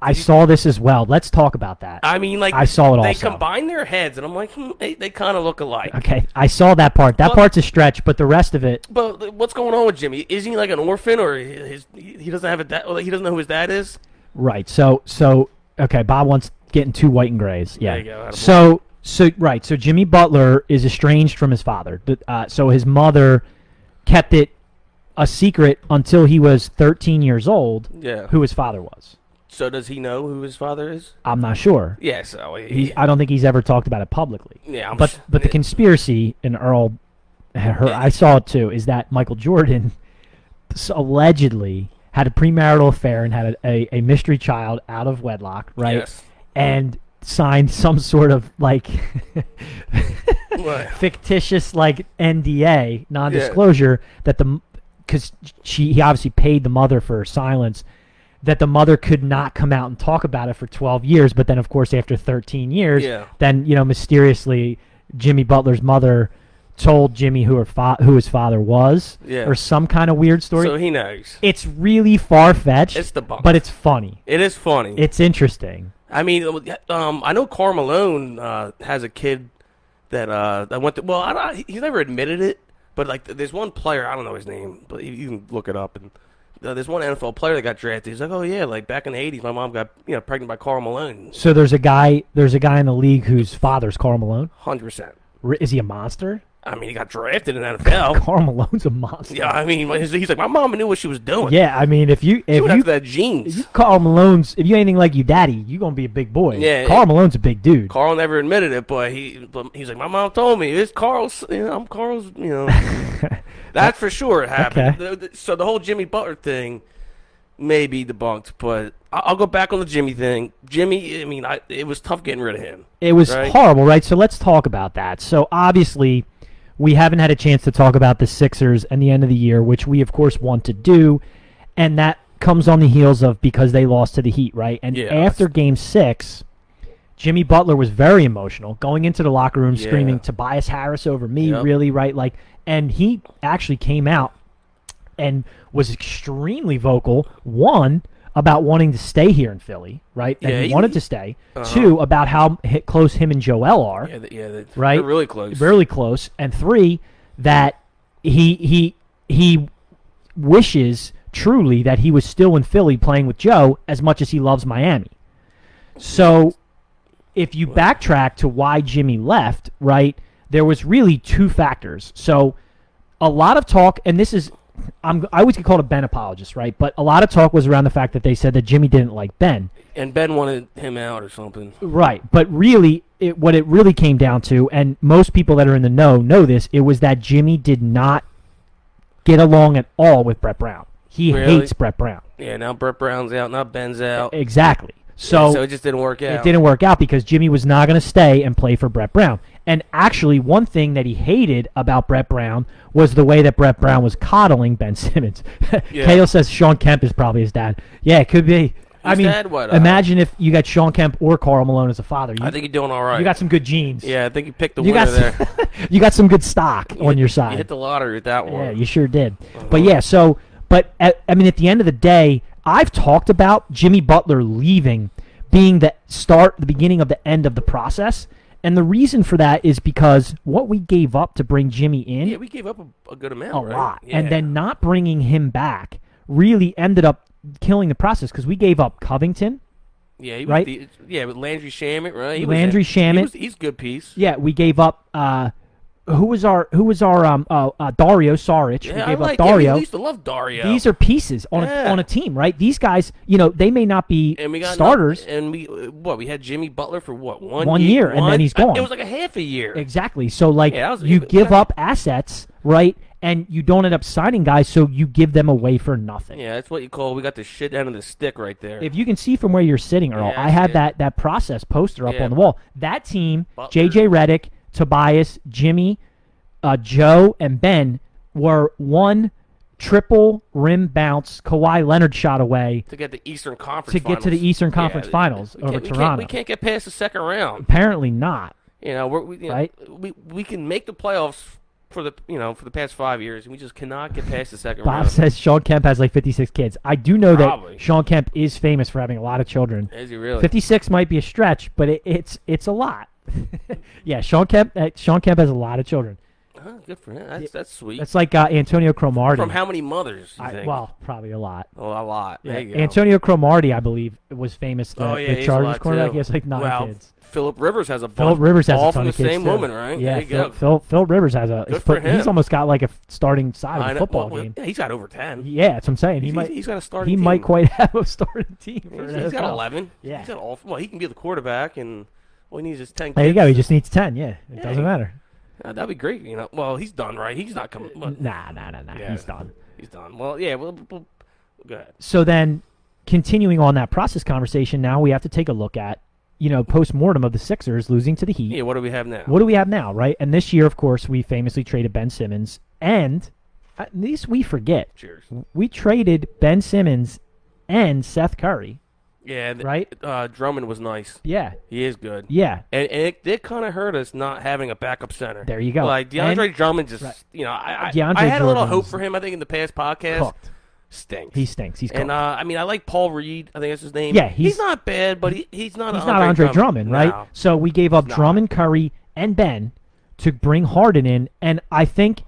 Speaker 2: I saw this as well. Let's talk about that.
Speaker 1: I mean, like
Speaker 2: I saw it
Speaker 1: They
Speaker 2: also.
Speaker 1: combine their heads, and I'm like, hmm, they, they kind of look alike.
Speaker 2: Okay, I saw that part. That
Speaker 1: Well-
Speaker 2: part's a stretch, but the rest of it,
Speaker 1: But what's going on with Jimmy? Is he like an orphan, or his he doesn't have a dad? He doesn't know who his dad is.
Speaker 2: right? So, so okay, Bob wants getting two white and grays. Yeah.
Speaker 1: There you go, attaboy.
Speaker 2: so, so right. So Jimmy Butler is estranged from his father. Th- Uh, so his mother kept it a secret until he was 13 years old.
Speaker 1: Yeah.
Speaker 2: Who his father was?
Speaker 1: So does he know who his father is?
Speaker 2: I'm not sure.
Speaker 1: Yeah. So he,
Speaker 2: He, I don't think he's ever talked about it publicly.
Speaker 1: yeah. I'm
Speaker 2: But
Speaker 1: s-
Speaker 2: but the conspiracy and Earl, her I saw it too is that Michael Jordan s- allegedly had a premarital affair and had a, a, a mystery child out of wedlock, right?
Speaker 1: Yes.
Speaker 2: And signed some sort of like
Speaker 1: Right.
Speaker 2: fictitious like NDA non-disclosure that the because she he obviously paid the mother for her silence that the mother could not come out and talk about it for 12 years but then of course after 13 years
Speaker 1: Yeah.
Speaker 2: then you know mysteriously Jimmy Butler's mother told Jimmy who her fa- who his father was
Speaker 1: Yeah.
Speaker 2: or some kind of weird story
Speaker 1: so he knows.
Speaker 2: it's really far fetched
Speaker 1: It's the bunk.
Speaker 2: but it's funny
Speaker 1: It is funny.
Speaker 2: it's interesting
Speaker 1: I mean, um, I know Carl Malone uh, has a kid that uh, that went to. Well, I don't, he's never admitted it, but like, there's one player I don't know his name, but you, you can look it up. And uh, there's one NFL player that got drafted. He's like, oh yeah, like back in the '80s, my mom got you know pregnant by Carl Malone,
Speaker 2: so there's a guy there's a guy in the league whose father's Carl Malone
Speaker 1: hundred percent.
Speaker 2: R- is he a monster
Speaker 1: I mean, he got drafted in the NFL.
Speaker 2: Carl Malone's a monster.
Speaker 1: yeah, I mean, he's, he's like, my mom knew what she was doing.
Speaker 2: Yeah, I mean, if you
Speaker 1: she
Speaker 2: if
Speaker 1: went
Speaker 2: you,
Speaker 1: after that
Speaker 2: if
Speaker 1: genes.
Speaker 2: you Carl Malone's if you anything like you daddy, you gonna be a big boy.
Speaker 1: Yeah,
Speaker 2: Carl
Speaker 1: it-
Speaker 2: Malone's a big dude.
Speaker 1: Carl never admitted it, but he but he's like, my mom told me it's Carl's. You know, I'm Carl's. You know, that's for sure. It happened. Th- th- So the whole Jimmy Butler thing may be debunked, but I- I'll go back on the Jimmy thing. Jimmy, I mean, I, it was tough getting rid of him.
Speaker 2: it was
Speaker 1: Right.
Speaker 2: horrible, right? So let's talk about that. So obviously, we haven't had a chance to talk about the Sixers and the end of the year, which we of course want to do, and that comes on the heels of because they lost to the Heat, right? And
Speaker 1: Yeah.
Speaker 2: after Game Six. Jimmy Butler was very emotional going into the locker room screaming
Speaker 1: Yeah.
Speaker 2: Tobias Harris over me
Speaker 1: Yep.
Speaker 2: really right like and he actually came out and was extremely vocal. One about wanting to stay here in Philly, right? That
Speaker 1: Yeah,
Speaker 2: he,
Speaker 1: he-
Speaker 2: wanted to stay. Two about how hi close him and Joel are,
Speaker 1: Uh-huh. Yeah, th- yeah, th-
Speaker 2: Right.
Speaker 1: They're really close.
Speaker 2: really close. And three that he he he wishes truly that he was still in Philly playing with Joe as much as he loves Miami. So if you backtrack to why Jimmy left, right? There was really two factors. So a lot of talk, and this is, I'm, I always get called a Ben apologist, right? But a lot of talk was around the fact that they said that Jimmy didn't like Ben,
Speaker 1: and Ben wanted him out or something.
Speaker 2: right? But really, it, what it really came down to, and most people that are in the know know this, it was that Jimmy did not get along at all with Brett Brown. He
Speaker 1: Really?
Speaker 2: hates Brett Brown.
Speaker 1: Yeah, now Brett Brown's out, now Ben's out.
Speaker 2: Exactly.
Speaker 1: so it just didn't work out.
Speaker 2: Oh. it didn't work out because Jimmy was not going to stay and play for Brett Brown. And actually, one thing that he hated about Brett Brown was the way that Brett Brown was coddling Ben Simmons.
Speaker 1: Yeah.
Speaker 2: Kale says Sean Kemp is probably his dad. Yeah, it could be. I
Speaker 1: His
Speaker 2: mean,
Speaker 1: dad, what, uh,
Speaker 2: imagine if you got Sean Kemp or Carl Malone as a father. You,
Speaker 1: I think you're doing all right.
Speaker 2: you got some good genes.
Speaker 1: yeah, I think you picked the
Speaker 2: you
Speaker 1: winner
Speaker 2: got
Speaker 1: there.
Speaker 2: some, you got some good stock on
Speaker 1: hit-
Speaker 2: your
Speaker 1: You
Speaker 2: side.
Speaker 1: hit the lottery with that one.
Speaker 2: Yeah, you sure did. But yeah, so But at, I mean, at the end of the day, I've talked about Jimmy Butler leaving being the start, the beginning of the end of the process. And the reason for that is because what we gave up to bring Jimmy in
Speaker 1: Yeah, we gave up a, a good amount.
Speaker 2: a
Speaker 1: right?
Speaker 2: lot.
Speaker 1: Yeah.
Speaker 2: And then not bringing him back really ended up killing the process because we gave up Covington.
Speaker 1: yeah, he was
Speaker 2: right?
Speaker 1: The, yeah, with Landry Shamit, right? He
Speaker 2: Landry
Speaker 1: was, he
Speaker 2: Shamet.
Speaker 1: was- he's a good piece.
Speaker 2: Yeah, we gave up. Uh, who was our who was our um uh, uh, Dario Saric? we
Speaker 1: Yeah, I
Speaker 2: gave
Speaker 1: like
Speaker 2: up
Speaker 1: Yeah,
Speaker 2: Dario.
Speaker 1: we used to love Dario.
Speaker 2: These are pieces on
Speaker 1: Yeah.
Speaker 2: a, on a team, right? These guys, you know, they may not be
Speaker 1: and we got
Speaker 2: starters.
Speaker 1: and we what we had Jimmy Butler for what one
Speaker 2: One year, and then
Speaker 1: One-
Speaker 2: he's
Speaker 1: I-
Speaker 2: gone.
Speaker 1: It was like a half a year.
Speaker 2: Exactly. So like
Speaker 1: Yeah, that was-
Speaker 2: you
Speaker 1: yeah,
Speaker 2: give
Speaker 1: yeah.
Speaker 2: up assets, right? And you don't end up signing guys, so you give them away for nothing.
Speaker 1: Yeah, that's what you call. We got the shit end of the stick right there.
Speaker 2: If you can see from where you're sitting, Earl,
Speaker 1: Yeah, I
Speaker 2: I had
Speaker 1: see it.
Speaker 2: that that process poster up
Speaker 1: Yeah.
Speaker 2: on the wall. That team,
Speaker 1: Butler.
Speaker 2: JJ Reddick, Tobias, Jimmy, uh, Joe, and Ben were one triple rim bounce Kawhi Leonard shot away
Speaker 1: to get the Eastern Conference
Speaker 2: to get to the
Speaker 1: Finals.
Speaker 2: Eastern
Speaker 1: Yeah,
Speaker 2: Conference
Speaker 1: we-
Speaker 2: Finals
Speaker 1: we
Speaker 2: over
Speaker 1: can't- we
Speaker 2: Toronto.
Speaker 1: Can't, we can't get past the second round.
Speaker 2: Apparently not.
Speaker 1: You know, we're, we, you know,
Speaker 2: Right.
Speaker 1: we we can make the playoffs for the you know for the past five years, and we just cannot get past the second
Speaker 2: Bob
Speaker 1: round.
Speaker 2: says Sean Kemp has like 56 kids. I do know
Speaker 1: Probably.
Speaker 2: that Sean Kemp is famous for having a lot of children.
Speaker 1: Is he really?
Speaker 2: 56 might be a stretch, but it, it's it's a lot. yeah, Sean Kemp. Uh, Sean Kemp has a lot of children.
Speaker 1: Huh, good for him. That's, that's sweet.
Speaker 2: That's like uh, Antonio Cromartie.
Speaker 1: From how many mothers? You
Speaker 2: I-
Speaker 1: think?
Speaker 2: well, probably a lot.
Speaker 1: Oh, a lot. There you go.
Speaker 2: Antonio Cromartie, I believe, was famous. The,
Speaker 1: oh yeah,
Speaker 2: the
Speaker 1: he's a
Speaker 2: Chargers
Speaker 1: lot,
Speaker 2: cornerback.
Speaker 1: too.
Speaker 2: He has like nine
Speaker 1: well,
Speaker 2: kids.
Speaker 1: Philip Rivers has a bunch.
Speaker 2: Philip Rivers has
Speaker 1: all
Speaker 2: a ton
Speaker 1: from
Speaker 2: of
Speaker 1: the
Speaker 2: kids
Speaker 1: same
Speaker 2: too.
Speaker 1: woman, right?
Speaker 2: Yeah,
Speaker 1: there you
Speaker 2: Phil,
Speaker 1: go.
Speaker 2: Phil, Phil Rivers has a.
Speaker 1: Good
Speaker 2: he's
Speaker 1: for
Speaker 2: put- He's
Speaker 1: him.
Speaker 2: almost got like a f- starting side
Speaker 1: I
Speaker 2: of
Speaker 1: know-
Speaker 2: a football
Speaker 1: well,
Speaker 2: game.
Speaker 1: yeah, he's got over ten.
Speaker 2: Yeah, that's what I'm saying. He
Speaker 1: He's-
Speaker 2: might.
Speaker 1: he's got a starting.
Speaker 2: He might
Speaker 1: team.
Speaker 2: quite have a starting team. For
Speaker 1: He's-
Speaker 2: the
Speaker 1: he's got
Speaker 2: NFL.
Speaker 1: eleven.
Speaker 2: Yeah.
Speaker 1: He's got all. Well, he can be the quarterback, and all he needs is ten.
Speaker 2: There you
Speaker 1: kids.
Speaker 2: go. He just needs ten. Yeah, it doesn't
Speaker 1: he-
Speaker 2: matter.
Speaker 1: Uh, that'd be great. You know. Well, he's done, right? He's not coming. Well,
Speaker 2: Nah, nah, nah, nah.
Speaker 1: Yeah.
Speaker 2: He's done.
Speaker 1: he's done. Well, yeah. Well, well, go ahead.
Speaker 2: so then continuing on that process conversation now we have to take a look at you know post-mortem of the sixers losing to the heat
Speaker 1: Yeah. What do we have now?
Speaker 2: what do we have now right and this year of course we famously traded ben simmons and at least we forget
Speaker 1: Cheers.
Speaker 2: we traded ben simmons and seth curry
Speaker 1: Yeah. th-
Speaker 2: Right?
Speaker 1: Uh, Drummond was nice.
Speaker 2: yeah
Speaker 1: He is good.
Speaker 2: yeah
Speaker 1: And, and it did kind of hurt us not having a backup center.
Speaker 2: There you go.
Speaker 1: Like DeAndre
Speaker 2: And-
Speaker 1: Drummond, just
Speaker 2: Right.
Speaker 1: you know, I I,
Speaker 2: DeAndre
Speaker 1: I had a little hope
Speaker 2: Drummond's
Speaker 1: for him. I think in the past podcast,
Speaker 2: cooked
Speaker 1: stinks.
Speaker 2: he stinks he's cooked
Speaker 1: and uh, I mean, I like Paul Reed. I think that's his name.
Speaker 2: Yeah,
Speaker 1: he's,
Speaker 2: he's-
Speaker 1: not bad, but he, he's not.
Speaker 2: he's
Speaker 1: Andre
Speaker 2: not Andre
Speaker 1: Drummond,
Speaker 2: Drummond, right?
Speaker 1: No.
Speaker 2: So we gave up
Speaker 1: not.
Speaker 2: Drummond, Curry, and Ben to bring Harden in, and I think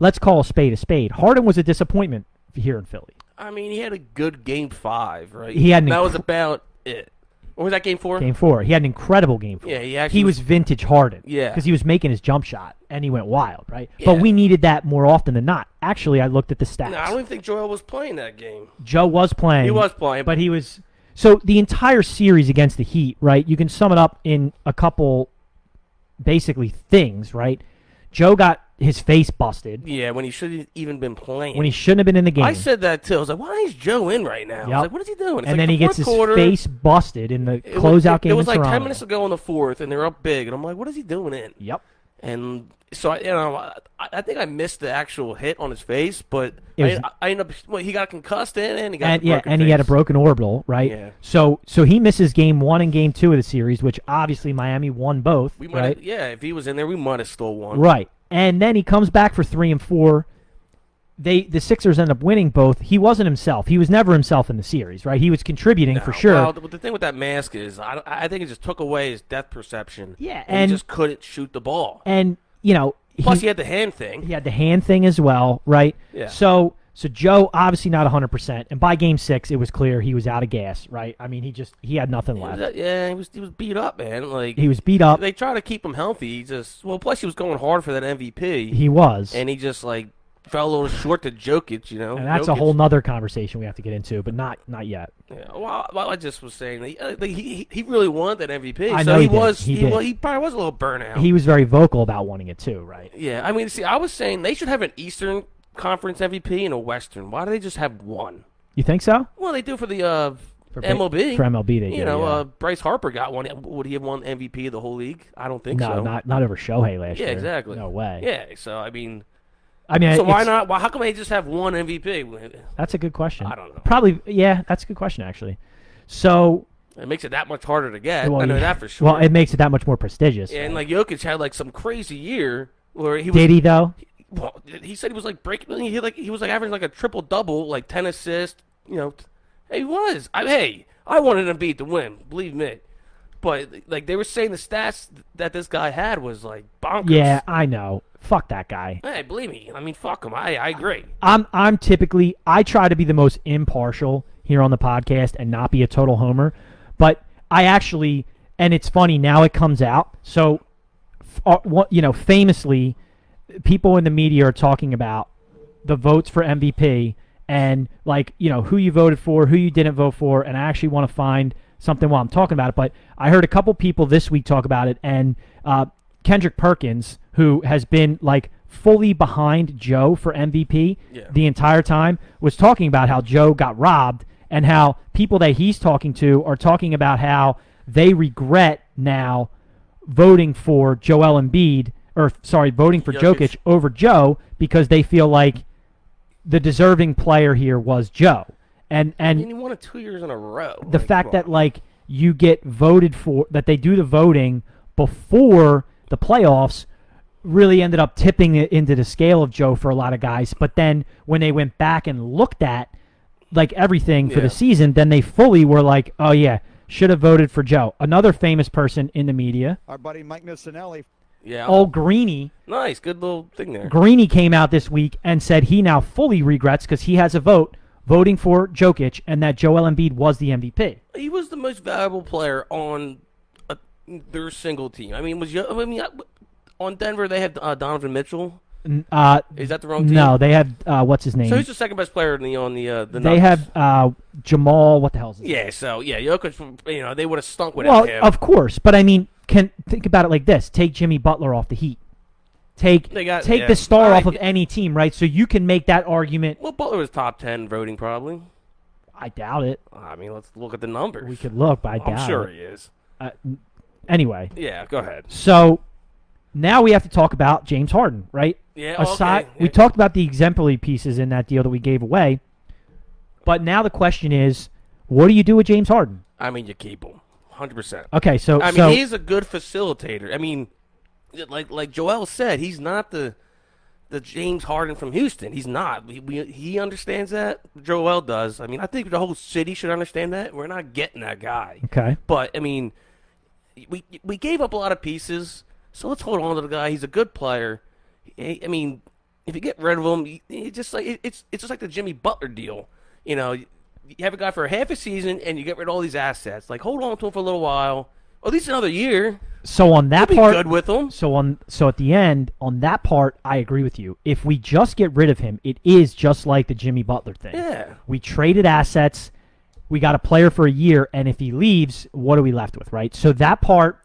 Speaker 2: let's call a spade a spade. Harden was a disappointment here in Philly.
Speaker 1: I mean, he had a good game five, right?
Speaker 2: He had an
Speaker 1: that
Speaker 2: inc-
Speaker 1: was about it. Or was that game four?
Speaker 2: Game four, he had an incredible game. Four.
Speaker 1: Yeah, he actually
Speaker 2: he was vintage Harden.
Speaker 1: Yeah.
Speaker 2: because he was making his jump shot and he went wild, right?
Speaker 1: Yeah.
Speaker 2: But we needed that more often than not. Actually, I looked at the stats.
Speaker 1: No, I don't even think Joel was playing that game.
Speaker 2: Joe was playing.
Speaker 1: He was playing,
Speaker 2: but he was so the entire series against the Heat, right? You can sum it up in a couple basically things, right? Joe got his face busted
Speaker 1: yeah, when he shouldn't even been playing.
Speaker 2: when he shouldn't have been in the game.
Speaker 1: I said that too. I was like, why is Joe in right now? I was
Speaker 2: Yep.
Speaker 1: like, what is he doing? It's
Speaker 2: and
Speaker 1: like
Speaker 2: then
Speaker 1: the
Speaker 2: he
Speaker 1: fourth
Speaker 2: gets his
Speaker 1: quarter,
Speaker 2: face busted in the
Speaker 1: it was-
Speaker 2: closeout game
Speaker 1: It was
Speaker 2: in
Speaker 1: like
Speaker 2: Toronto.
Speaker 1: ten minutes ago in the fourth, and they're up big, and I'm like, what is he doing in?
Speaker 2: Yep.
Speaker 1: And so I, you know, I, I think I missed the actual hit on his face, but
Speaker 2: It was-
Speaker 1: I, I ended up. Well, he got concussed in, and he got
Speaker 2: And
Speaker 1: the
Speaker 2: yeah,
Speaker 1: broken
Speaker 2: and he had a
Speaker 1: face.
Speaker 2: broken orbital, right?
Speaker 1: Yeah.
Speaker 2: So so he misses game 1 and game 2 of the series, which obviously Miami won both,
Speaker 1: We might,
Speaker 2: right?
Speaker 1: yeah. If he was in there, we might have stole one.
Speaker 2: Right. And then he comes back for three and four. They the Sixers end up winning both. He wasn't himself. He was never himself in the series, right? He was contributing for
Speaker 1: Uh,
Speaker 2: sure.
Speaker 1: Well, the, the thing with that mask is, I, don't- I think it just took away his depth perception.
Speaker 2: Yeah,
Speaker 1: he
Speaker 2: and-
Speaker 1: just couldn't shoot the ball.
Speaker 2: and you know, he,
Speaker 1: Plus, he had the hand thing.
Speaker 2: he had the hand thing as well, right?
Speaker 1: Yeah.
Speaker 2: So so Joe obviously not 100%. And by game 6, it was clear he was out of gas, right? I mean, he just he had nothing
Speaker 1: He was-
Speaker 2: left.
Speaker 1: yeah, he was he was beat up, man. Like
Speaker 2: He was beat up.
Speaker 1: they try to keep him healthy. He just well, plus he was going hard for that MVP,
Speaker 2: He was.
Speaker 1: and he just like fell a little short to Jokic. You know,
Speaker 2: And that's a
Speaker 1: Jokic-
Speaker 2: whole nother conversation we have to get into, but not not yet.
Speaker 1: Yeah, well, well, I just was saying that uh, that he, he he really wanted that MVP.
Speaker 2: I
Speaker 1: so
Speaker 2: know
Speaker 1: he,
Speaker 2: he did.
Speaker 1: was
Speaker 2: He did.
Speaker 1: wa- he probably was a little burnout.
Speaker 2: He was very vocal about wanting it too, right?
Speaker 1: Yeah, I mean, see, I was saying they should have an Eastern Conference MVP and a Western. Why do they just have one?
Speaker 2: You think so?
Speaker 1: Well, they do for the uh,
Speaker 2: For ba-
Speaker 1: MLB.
Speaker 2: for MLB, they
Speaker 1: you
Speaker 2: do,
Speaker 1: know,
Speaker 2: yeah.
Speaker 1: uh, Bryce Harper got one. Would he have won MVP of the whole league? I don't think
Speaker 2: No,
Speaker 1: so.
Speaker 2: not not over Shohei last
Speaker 1: yeah,
Speaker 2: year.
Speaker 1: exactly.
Speaker 2: No way.
Speaker 1: Yeah, so I mean,
Speaker 2: I mean,
Speaker 1: so why
Speaker 2: it's-
Speaker 1: not? Why, how come they just have one MVP?
Speaker 2: That's a good question.
Speaker 1: I don't know.
Speaker 2: Probably, yeah, that's a good question actually. So,
Speaker 1: It makes it that much harder to get.
Speaker 2: well,
Speaker 1: I know
Speaker 2: yeah.
Speaker 1: that for sure.
Speaker 2: Well, it makes it that much more prestigious.
Speaker 1: and like Jokic had like some crazy year where he was
Speaker 2: Did he though?
Speaker 1: well, he said he was like breaking. He had, like he was like averaging like a triple double, like ten assists. You know, he was. I hey, I wanted him to beat the win. Believe me. But like they were saying, the stats that this guy had was like bonkers.
Speaker 2: Yeah, I know. Fuck that guy.
Speaker 1: Hey, believe me. I mean, fuck him. I I agree.
Speaker 2: I'm I'm typically I try to be the most impartial here on the podcast and not be a total homer, but I actually and it's funny now it comes out. So, f- uh, what- you know, famously, people in the media are talking about the votes for MVP and like you know who you voted for, who you didn't vote for, and I actually want to find something while I'm talking about it. But I heard a couple people this week talk about it, and uh, Kendrick Perkins, who has been like fully behind Joe for MVP
Speaker 1: Yeah.
Speaker 2: the entire time, was talking about how Joe got robbed and how people that he's talking to are talking about how they regret now voting for Joel Embiid or sorry, voting for
Speaker 1: Jokic.
Speaker 2: Jokic over Joe because they feel like the deserving player here was Joe. And
Speaker 1: And
Speaker 2: and
Speaker 1: he won it two years in a row.
Speaker 2: the
Speaker 1: Like,
Speaker 2: fact
Speaker 1: come on.
Speaker 2: that like you get voted for that they do the voting before the playoffs really ended up tipping it into the scale of Joe for a lot of guys. But then when they went back and looked at like everything for
Speaker 1: Yeah.
Speaker 2: the season, then they fully were like, Oh yeah, should have voted for Joe. Another famous person in the media,
Speaker 4: Our buddy Mike Missinelli
Speaker 1: yeah,
Speaker 2: old Greeny,
Speaker 1: nice, good little thing there.
Speaker 2: Greeny came out this week and said he now fully regrets because he has a vote voting for Jokic and that Joel Embiid was the MVP.
Speaker 1: he was the most valuable player on a, their single team. I mean, was Yo- I mean I- on Denver they had uh, Donovan Mitchell.
Speaker 2: N- Uh,
Speaker 1: Is that the wrong team?
Speaker 2: no, they had uh, what's his name?
Speaker 1: So who's the second best player in the on the uh, the
Speaker 2: they
Speaker 1: Nuggets?
Speaker 2: had uh, Jamal. What the hell is his name?
Speaker 1: yeah. So yeah, Jokic. You know they would have stunk without
Speaker 2: Well,
Speaker 1: him.
Speaker 2: of course, but I mean, can think about it like this: take Jimmy Butler off the Heat, take
Speaker 1: They got-
Speaker 2: take
Speaker 1: yeah.
Speaker 2: the star
Speaker 1: All right,
Speaker 2: off of
Speaker 1: yeah.
Speaker 2: any team, right? So you can make that argument.
Speaker 1: well, Butler was top ten voting probably.
Speaker 2: I doubt it.
Speaker 1: I mean, let's look at the numbers.
Speaker 2: We could look, but I doubt
Speaker 1: I'm sure
Speaker 2: it.
Speaker 1: he is.
Speaker 2: Uh, anyway,
Speaker 1: Yeah, go ahead.
Speaker 2: So now we have to talk about James Harden, right?
Speaker 1: Yeah, okay,
Speaker 2: Aside, we
Speaker 1: yeah.
Speaker 2: talked about the exemplary pieces in that deal that we gave away, but now the question is, what do you do with James Harden?
Speaker 1: I mean, you keep him, hundred percent.
Speaker 2: Okay, so
Speaker 1: I mean,
Speaker 2: so
Speaker 1: he's a good facilitator. I mean, like like Joel said, he's not the the James Harden from Houston. He's not. We, we, he understands that. Joel does. I mean, I think the whole city should understand that. We're not getting that guy.
Speaker 2: okay,
Speaker 1: But I mean, we we gave up a lot of pieces, so let's hold on to the guy. He's a good player. I I mean, if you get rid of him, you- you just like it- it's it's just like the Jimmy Butler deal. You know, you you have a guy for half a season, and you get rid of all these assets. Like hold on to him for a little while, or at least another year.
Speaker 2: so on that
Speaker 1: Be
Speaker 2: part,
Speaker 1: good with him.
Speaker 2: so on so at the end on that part, I agree with you. If we just get rid of him, it is just like the Jimmy Butler thing.
Speaker 1: Yeah.
Speaker 2: We traded assets. We got a player for a year, and if he leaves, what are we left with, right? So that part,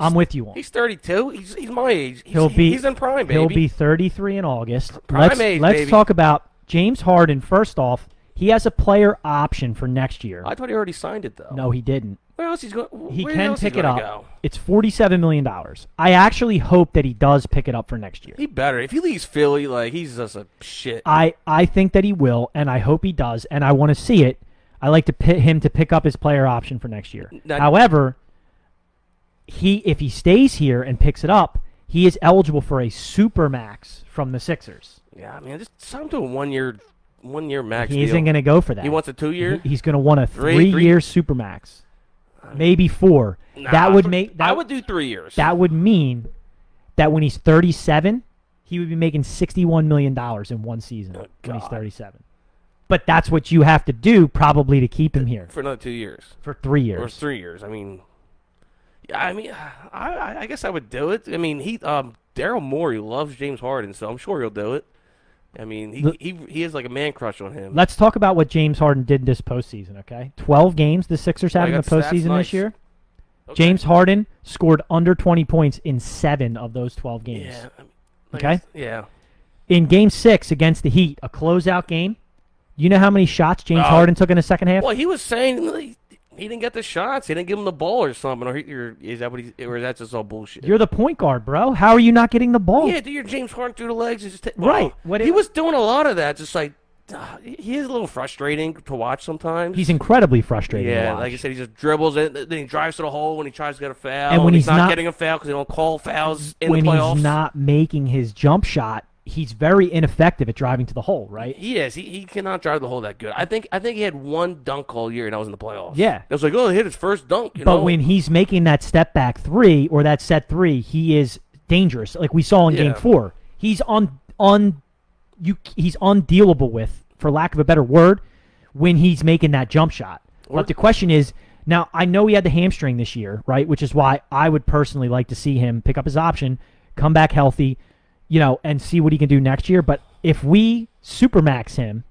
Speaker 2: I'm with you on.
Speaker 1: He's 32. He's, he's my age. He's,
Speaker 2: He'll be
Speaker 1: he's in prime, baby.
Speaker 2: He'll be 33 in August.
Speaker 1: Prime
Speaker 2: let's
Speaker 1: age,
Speaker 2: let's
Speaker 1: baby.
Speaker 2: talk about James Harden first off. He has a player option for next year.
Speaker 1: I thought he already signed it though.
Speaker 2: no, he didn't.
Speaker 1: Where else he's going?
Speaker 2: He
Speaker 1: where
Speaker 2: can
Speaker 1: else he's
Speaker 2: pick it up.
Speaker 1: gonna Go?
Speaker 2: It's 47 million dollars. I actually hope that he does pick it up for next year.
Speaker 1: He better. If he leaves Philly, like he's just a shit.
Speaker 2: I I think that he will and I hope he does and I want to see it. I like to pit him to pick up his player option for next year.
Speaker 1: Now-
Speaker 2: However, he if he stays here and picks it up, he is eligible for a supermax from the Sixers.
Speaker 1: Yeah, I mean, just sign him to a one year, one year max.
Speaker 2: He
Speaker 1: deal.
Speaker 2: isn't going to go for that.
Speaker 1: He wants a two year.
Speaker 2: He- he's going to want a
Speaker 1: Three-
Speaker 2: three,
Speaker 1: three-
Speaker 2: year supermax, maybe four. that would make that
Speaker 1: I would do three years.
Speaker 2: that would mean that when he's 37, he would be making 61 million dollars in one season when he's
Speaker 1: Oh, God.
Speaker 2: 37. But that's what you have to do probably to keep him here
Speaker 1: for another two years
Speaker 2: for three
Speaker 1: or
Speaker 2: years.
Speaker 1: three years. I mean, yeah, I mean, I, I- I guess I would do it. I mean, he um Daryl Morey loves James Harden, so I'm sure he'll do it. I mean, he
Speaker 2: Look-
Speaker 1: he he has like a man crush on him.
Speaker 2: Let's talk about what James Harden did this postseason. Okay, 12 games the Sixers
Speaker 1: I
Speaker 2: had in the
Speaker 1: got stats,
Speaker 2: postseason
Speaker 1: nice.
Speaker 2: this year.
Speaker 1: Okay.
Speaker 2: James Harden scored under 20 points in seven of those 12 games.
Speaker 1: Yeah. I mean,
Speaker 2: Okay.
Speaker 1: it's- Yeah.
Speaker 2: in game six against the Heat, a closeout game. You know how many shots James
Speaker 1: Oh.
Speaker 2: Harden took in the second half?
Speaker 1: Well, he was saying like, he didn't get the shots. He didn't give him the ball or something. Or, he, or is that what he? Or that's just all bullshit.
Speaker 2: You're the point guard, bro. How are you not getting the ball?
Speaker 1: Yeah, do your James Harden through the legs. And just ta-
Speaker 2: Oh. Right. What
Speaker 1: he
Speaker 2: it-
Speaker 1: was doing a lot of that. Just like ah, he is a little frustrating to watch sometimes.
Speaker 2: He's incredibly frustrating. to
Speaker 1: yeah,
Speaker 2: watch.
Speaker 1: like I said, he just dribbles it, then he drives to the hole when he tries to get a foul.
Speaker 2: And when he's
Speaker 1: not,
Speaker 2: not-
Speaker 1: getting a foul because they don't call fouls in
Speaker 2: when
Speaker 1: the playoffs.
Speaker 2: he's not making his jump shot, he's very ineffective at driving to the hole, right?
Speaker 1: He is. He, he cannot drive the hole that good. I think I think he had one dunk all year, and I was in the playoffs.
Speaker 2: Yeah.
Speaker 1: It was like, oh, he hit his first dunk. You
Speaker 2: But
Speaker 1: know?
Speaker 2: when he's making that step back three or that set three, he is dangerous. Like we saw in
Speaker 1: Yeah.
Speaker 2: Game Four, he's on on you. He's undealable with, for lack of a better word, when he's making that jump shot.
Speaker 1: Or-
Speaker 2: But the question is now. I know he had the hamstring this year, right? Which is why I would personally like to see him pick up his option, come back healthy, you know, and see what he can do next year. But if we supermax him,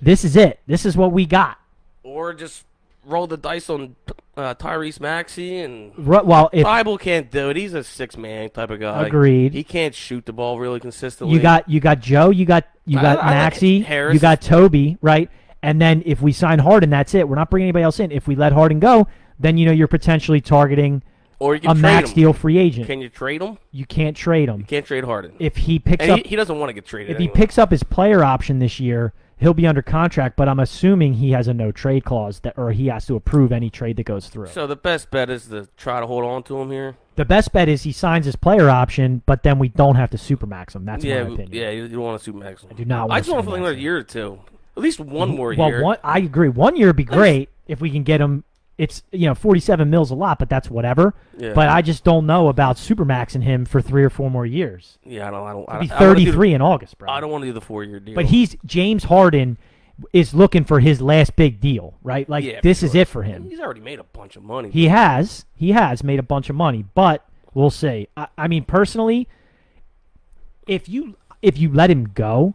Speaker 2: this is it. This is what we got.
Speaker 1: or just roll the dice on uh, Tyrese Maxey and
Speaker 2: Ru- Well, if
Speaker 1: Bible can't do it. He's a six man type of guy.
Speaker 2: Agreed.
Speaker 1: He can't shoot the ball really consistently.
Speaker 2: You got you got Joe, you got you
Speaker 1: I-
Speaker 2: got
Speaker 1: I like
Speaker 2: Maxi,
Speaker 1: Harris.
Speaker 2: you got Toby, right? And then if we sign Harden, that's it. We're not bringing anybody else in. If we let Harden go, then you know you're potentially targeting
Speaker 1: or you can
Speaker 2: a
Speaker 1: trade
Speaker 2: max
Speaker 1: him.
Speaker 2: deal free agent.
Speaker 1: Can you trade him?
Speaker 2: you can't trade him.
Speaker 1: Can't trade Harden.
Speaker 2: If he picks
Speaker 1: and
Speaker 2: up
Speaker 1: he, he doesn't want to get traded.
Speaker 2: if he
Speaker 1: anyway.
Speaker 2: picks up his player option this year, he'll be under contract, but I'm assuming he has a no trade clause that or he has to approve any trade that goes through.
Speaker 1: so the best bet is to try to hold on to him here.
Speaker 2: the best bet is he signs his player option, but then we don't have to supermax him. That's
Speaker 1: yeah,
Speaker 2: my
Speaker 1: w-
Speaker 2: opinion.
Speaker 1: yeah. You, you don't want to super max him. I
Speaker 2: do not
Speaker 1: I
Speaker 2: wanna
Speaker 1: just want to
Speaker 2: super
Speaker 1: play
Speaker 2: max
Speaker 1: another
Speaker 2: him.
Speaker 1: year or two. At least one more
Speaker 2: Well,
Speaker 1: year.
Speaker 2: one I agree. One year would be great if we can get him. It's you know forty seven mils a lot, but that's whatever.
Speaker 1: Yeah.
Speaker 2: But I just don't know about supermaxing him for three or four more years.
Speaker 1: yeah, I don't. I don't. I
Speaker 2: He'll be
Speaker 1: don't- I don't wanna do
Speaker 2: thirty
Speaker 1: the-
Speaker 2: three in August, bro.
Speaker 1: I don't want to do the four year deal.
Speaker 2: but he's James Harden is looking for his last big deal, right? Like
Speaker 1: Yeah, for
Speaker 2: this is
Speaker 1: sure.
Speaker 2: it for him.
Speaker 1: he's already made a bunch of money.
Speaker 2: He has he has made a bunch of money, but we'll see. I, I mean, personally, if you if you let him go,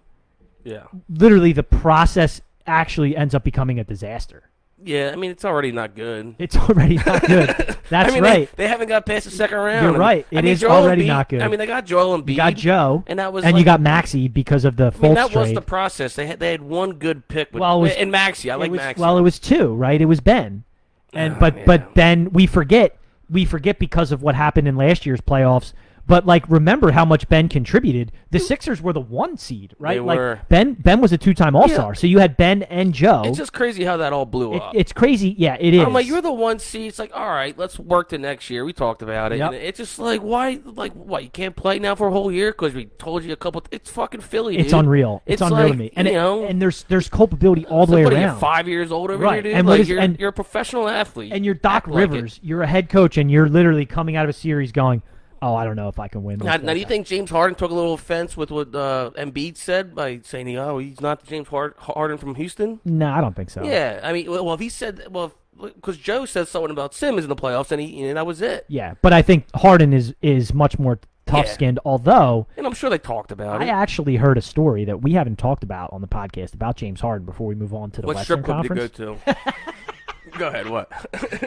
Speaker 1: yeah.
Speaker 2: literally the process actually ends up becoming a disaster.
Speaker 1: Yeah. I mean, it's already not good.
Speaker 2: It's already not good. That's
Speaker 1: I mean,
Speaker 2: right.
Speaker 1: They, they haven't got past the second round.
Speaker 2: You're
Speaker 1: I mean-
Speaker 2: right.
Speaker 1: I
Speaker 2: It
Speaker 1: mean,
Speaker 2: is
Speaker 1: Joel
Speaker 2: already
Speaker 1: Embiid-
Speaker 2: not good.
Speaker 1: I mean, they got Joel Embiid.
Speaker 2: you got Joe,
Speaker 1: and that was
Speaker 2: and you
Speaker 1: like-
Speaker 2: got Maxi because of the
Speaker 1: I mean,
Speaker 2: Fultz
Speaker 1: that was
Speaker 2: trade.
Speaker 1: the process. They had they had one good pick with
Speaker 2: Well, it was-
Speaker 1: and Maxi. I
Speaker 2: It
Speaker 1: like
Speaker 2: was-
Speaker 1: Maxi.
Speaker 2: Well, it was two, right? It was Ben, and
Speaker 1: Ah,
Speaker 2: but
Speaker 1: yeah.
Speaker 2: but Ben, we forget we forget because of what happened in last year's playoffs. But like, remember how much Ben contributed. The Sixers were the one seed, right?
Speaker 1: They
Speaker 2: like
Speaker 1: were.
Speaker 2: Ben, Ben was a two-time All Star, so you had Ben and Joe.
Speaker 1: it's just crazy how that all blew
Speaker 2: It-
Speaker 1: up.
Speaker 2: it's crazy, yeah. It is.
Speaker 1: I'm like, you're the one seed. It's like, all right, let's work the next year. We talked about it.
Speaker 2: Yep.
Speaker 1: And it's just like, why? Like, what? You can't play now for a whole year because we told you a couple. it's fucking Philly.
Speaker 2: it's
Speaker 1: dude.
Speaker 2: unreal. It's, unreal
Speaker 1: like,
Speaker 2: to me, and
Speaker 1: you
Speaker 2: it-
Speaker 1: know,
Speaker 2: and there's there's culpability all the way
Speaker 1: what are you,
Speaker 2: around.
Speaker 1: five years old over here,
Speaker 2: Right.
Speaker 1: dude.
Speaker 2: And what
Speaker 1: like,
Speaker 2: is-
Speaker 1: you're,
Speaker 2: and-
Speaker 1: you're a professional athlete.
Speaker 2: and you're Doc
Speaker 1: Act like it.
Speaker 2: Rivers. you're a head coach, and you're literally coming out of a series going, "Oh, I don't know if I can win." this
Speaker 1: Now, now, do you
Speaker 2: matchup."
Speaker 1: think James Harden took a little offense with what uh, Embiid said by saying, "Oh, he's not the James Hard- Harden from Houston"?
Speaker 2: No, I don't think so.
Speaker 1: Yeah, I mean, well, if he said, well, because Joe says something about Simmons in the playoffs, and he and that was it.
Speaker 2: Yeah, but I think Harden is is much more tough skinned. Although
Speaker 1: And I'm sure they talked about
Speaker 2: I
Speaker 1: it.
Speaker 2: actually heard a story that we haven't talked about on the podcast about James Harden before we move on to the
Speaker 1: What
Speaker 2: Western
Speaker 1: strip club did you
Speaker 2: Conference.
Speaker 1: go to? go ahead. What?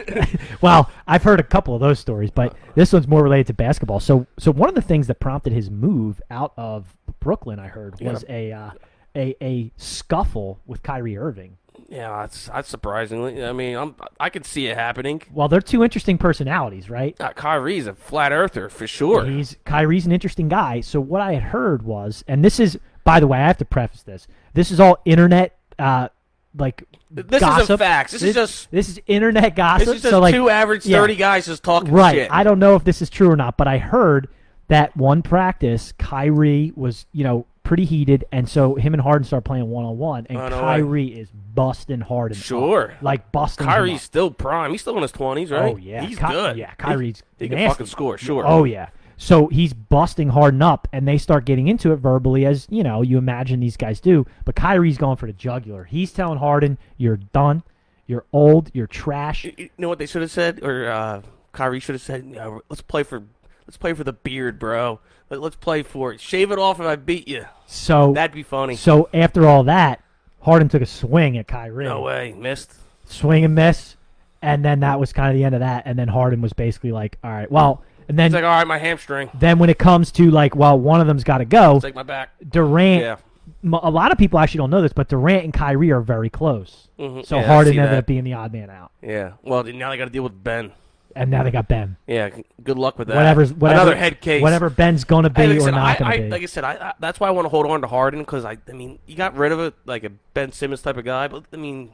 Speaker 2: Well, I've heard a couple of those stories, but
Speaker 1: Uh-huh.
Speaker 2: this one's more related to basketball. So, so one of the things that prompted his move out of Brooklyn, I heard, was a uh, a a scuffle with Kyrie Irving.
Speaker 1: yeah, that's, that's surprisingly. I mean, I'm I could see it happening.
Speaker 2: Well, they're two interesting personalities, right?
Speaker 1: Uh, Kyrie's a flat earther for sure.
Speaker 2: He's Kyrie's an interesting guy. So what I had heard was, and this is, by the way, I have to preface this. This is all internet, uh, like
Speaker 1: This
Speaker 2: gossip.
Speaker 1: isn't facts. This is just-
Speaker 2: this is internet gossip.
Speaker 1: This is just
Speaker 2: so like
Speaker 1: two average
Speaker 2: yeah.
Speaker 1: thirty guys just talking
Speaker 2: right.
Speaker 1: shit.
Speaker 2: I don't know if this is true or not, but I heard that one practice, Kyrie was, you know, pretty heated, and so him and Harden start playing one on one, and
Speaker 1: I know, right?
Speaker 2: Kyrie is busting Harden. up.
Speaker 1: Sure.
Speaker 2: like busting. him
Speaker 1: Kyrie's
Speaker 2: up.
Speaker 1: still prime. He's still in his twenties, right?
Speaker 2: Oh yeah,
Speaker 1: he's
Speaker 2: Ky-
Speaker 1: good.
Speaker 2: Yeah, Kyrie's
Speaker 1: He, he
Speaker 2: nasty.
Speaker 1: can fucking score. Sure.
Speaker 2: Oh yeah. So he's busting Harden up, and they start getting into it verbally, as you know you imagine these guys do. But Kyrie's going for the jugular. He's telling Harden, "You're done. You're old. You're trash."
Speaker 1: You know what they should have said, or uh, Kyrie should have said, "Yeah, "Let's play for, let's play for the beard, bro. Let, let's play for it. Shave it off if I beat you.
Speaker 2: So
Speaker 1: That'd be funny."
Speaker 2: so after all that, Harden took a swing at Kyrie,
Speaker 1: No way, missed.
Speaker 2: swing and miss, and then that was kind of the end of that. And then Harden was basically like, "All right, well." And then
Speaker 1: It's like, all right, my hamstring.
Speaker 2: then when it comes to like, well, one of them's got to go.
Speaker 1: It's like my back.
Speaker 2: Durant
Speaker 1: Yeah.
Speaker 2: m- a lot of people actually don't know this, but Durant and Kyrie are very close.
Speaker 1: Mhm.
Speaker 2: So
Speaker 1: Yeah, I
Speaker 2: Harden
Speaker 1: see
Speaker 2: ended
Speaker 1: that.
Speaker 2: up being the odd man out,
Speaker 1: Yeah. Well, now they got to deal with Ben.
Speaker 2: and now they got Ben.
Speaker 1: Yeah. c- Good luck with that.
Speaker 2: Whatever's whatever,
Speaker 1: Uh, Another head case.
Speaker 2: Whatever Ben's gonna be
Speaker 1: Hey, like I
Speaker 2: or
Speaker 1: said,
Speaker 2: not
Speaker 1: I-
Speaker 2: gonna
Speaker 1: I-
Speaker 2: be.
Speaker 1: Like I said, I, I, that's why I want to hold on to Harden because I, I mean, you got rid of it like a Ben Simmons type of guy, but I mean,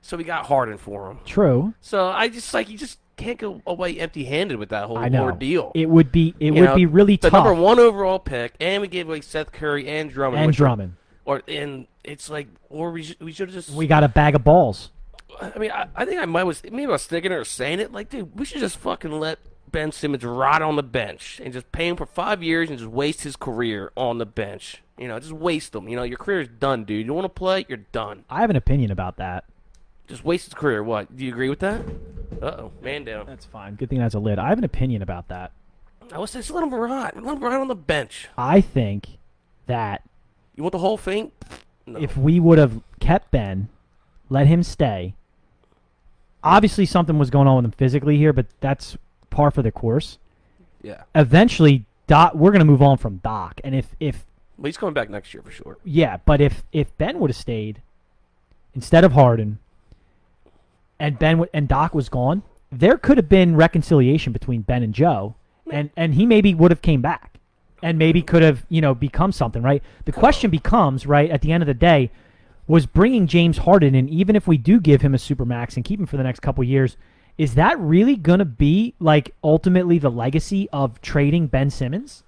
Speaker 1: so we got Harden for him.
Speaker 2: True.
Speaker 1: So I just like you just can't go away empty-handed with that whole
Speaker 2: I know.
Speaker 1: ordeal.
Speaker 2: It would be it
Speaker 1: You
Speaker 2: would
Speaker 1: know,
Speaker 2: be really
Speaker 1: the
Speaker 2: tough.
Speaker 1: number one overall pick, and we gave away Seth Curry and Drummond.
Speaker 2: and
Speaker 1: which were-
Speaker 2: Drummond.
Speaker 1: or and it's like, or we sh- we should have just.
Speaker 2: We got a bag of balls.
Speaker 1: I mean, I, I think I might was maybe I was thinking it or saying it like, dude, we should just fucking let Ben Simmons rot on the bench and just pay him for five years and just waste his career on the bench. You know, just waste him. You know, your career is done, dude. You don't want to play, you're done.
Speaker 2: I have an opinion about that.
Speaker 1: Just waste his career. What? Do you agree with that? Uh oh, man down.
Speaker 2: That's fine. Good thing that's a lid. I have an opinion about that.
Speaker 1: I was just let him rot. Let him rot on the bench.
Speaker 2: I think that
Speaker 1: You want the whole thing? No.
Speaker 2: if we would have kept Ben, let him stay. Obviously, something was going on with him physically here, but that's par for the course.
Speaker 1: yeah.
Speaker 2: Eventually, Doc, we're going to move on from Doc, and if if
Speaker 1: Well, he's coming back next year for sure.
Speaker 2: yeah, but if if Ben would have stayed instead of Harden, and Ben w- and Doc was gone, there could have been reconciliation between Ben and Joe, and and he maybe would have came back, and maybe could have you know become something, right? The question becomes, right, at the end of the day, was bringing James Harden in, even if we do give him a supermax and keep him for the next couple years. Is that really gonna be like ultimately the legacy of trading Ben Simmons?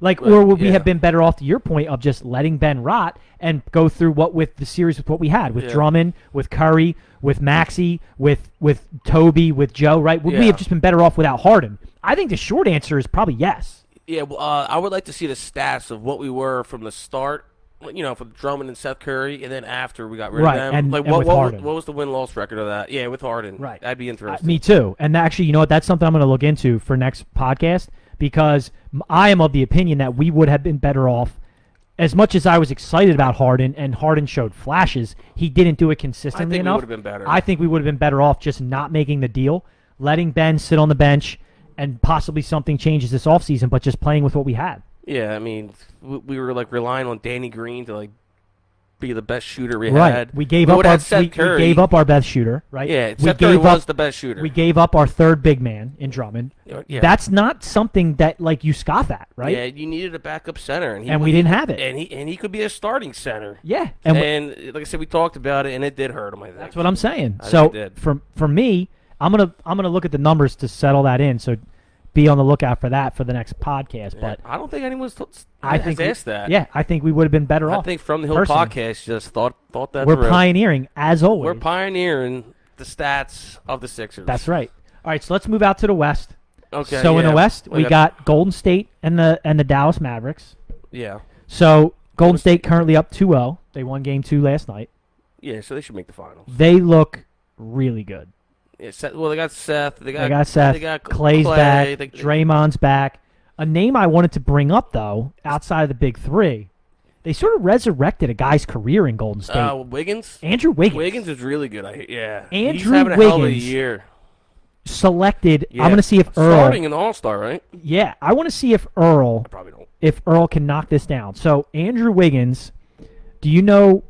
Speaker 2: Like,
Speaker 1: Well,
Speaker 2: or would we
Speaker 1: yeah.
Speaker 2: have been better off, to your point, of just letting Ben rot and go through what with the series with what we had with
Speaker 1: Yeah.
Speaker 2: Drummond, with Curry, with Maxi, with with Toby, with Joe? Right? Would we
Speaker 1: Yeah.
Speaker 2: have just been better off without Harden? I think the short answer is probably yes.
Speaker 1: Yeah, well, uh, I would like to see the stats of what we were from the start. You know, from Drummond and Seth Curry, and then after we got rid
Speaker 2: Right,
Speaker 1: of them.
Speaker 2: and-
Speaker 1: like
Speaker 2: and
Speaker 1: what
Speaker 2: with
Speaker 1: what,
Speaker 2: Harden.
Speaker 1: what was the win loss record of that? Yeah, with Harden.
Speaker 2: Right.
Speaker 1: I'd be
Speaker 2: Uh,
Speaker 1: interested.
Speaker 2: me too. And actually, you know what? That's something I'm going to look into for next podcast because m- I am of the opinion that we would have been better off. As much as I was excited about Harden and Harden showed flashes, he didn't do it consistently
Speaker 1: I think we
Speaker 2: enough.
Speaker 1: would've been better.
Speaker 2: I think we would have been better off just not making the deal, letting Ben sit on the bench, and possibly something changes this offseason, but just playing with what we had.
Speaker 1: yeah, I mean, we, we were like relying on Danny Green to like be the best shooter we
Speaker 2: Right.
Speaker 1: had.
Speaker 2: We gave
Speaker 1: would
Speaker 2: up our
Speaker 1: have Seth
Speaker 2: we, we
Speaker 1: Curry.
Speaker 2: gave up our best shooter, right?
Speaker 1: Yeah,
Speaker 2: we
Speaker 1: Seth Curry
Speaker 2: gave
Speaker 1: was
Speaker 2: up
Speaker 1: the best shooter.
Speaker 2: we gave up our third big man in Drummond.
Speaker 1: yeah.
Speaker 2: That's not something that like you scoff at, right?
Speaker 1: Yeah, you needed a backup center, and he
Speaker 2: and we
Speaker 1: he-
Speaker 2: didn't have it.
Speaker 1: and he and he could be a starting center.
Speaker 2: yeah, and
Speaker 1: And,
Speaker 2: we-
Speaker 1: like I said, we talked about it, and it did hurt him. I think.
Speaker 2: that's what I'm saying.
Speaker 1: think it
Speaker 2: so
Speaker 1: did.
Speaker 2: for for me, I'm gonna I'm gonna look at the numbers to settle that in. So be on the lookout for that for the next podcast. But
Speaker 1: I don't think anyone's t-
Speaker 2: I
Speaker 1: has
Speaker 2: think we-
Speaker 1: asked that.
Speaker 2: Yeah, I think we would have been better
Speaker 1: I
Speaker 2: off.
Speaker 1: think From the Hill
Speaker 2: personally.
Speaker 1: podcast just thought thought that
Speaker 2: we're
Speaker 1: through.
Speaker 2: pioneering as always.
Speaker 1: We're pioneering the stats of the Sixers.
Speaker 2: that's right. All right, so let's move out to the West.
Speaker 1: Okay.
Speaker 2: so in the
Speaker 1: yeah.
Speaker 2: West, we got Golden State and the and the Dallas Mavericks.
Speaker 1: yeah,
Speaker 2: So Golden State currently up 2-0. They won game 2 last night.
Speaker 1: yeah. So they should make the finals.
Speaker 2: They look really good.
Speaker 1: Yeah, Seth, well, they got Seth. They got,
Speaker 2: They got Seth.
Speaker 1: They got
Speaker 2: Clay's
Speaker 1: Clay,
Speaker 2: back.
Speaker 1: They,
Speaker 2: Draymond's back. A name I wanted to bring up though, outside of the big three, they sort of resurrected a guy's career in Golden State.
Speaker 1: uh, Wiggins.
Speaker 2: Andrew Wiggins,
Speaker 1: Wiggins is really good. I yeah. He's
Speaker 2: Andrew
Speaker 1: having a hell of a
Speaker 2: Wiggins.
Speaker 1: year.
Speaker 2: selected.
Speaker 1: Yeah.
Speaker 2: I'm going to see if Earl.
Speaker 1: starting an All Star, right?
Speaker 2: Yeah, I want to see if Earl
Speaker 1: Probably don't.
Speaker 2: if Earl can knock this down. So Andrew Wiggins, do you know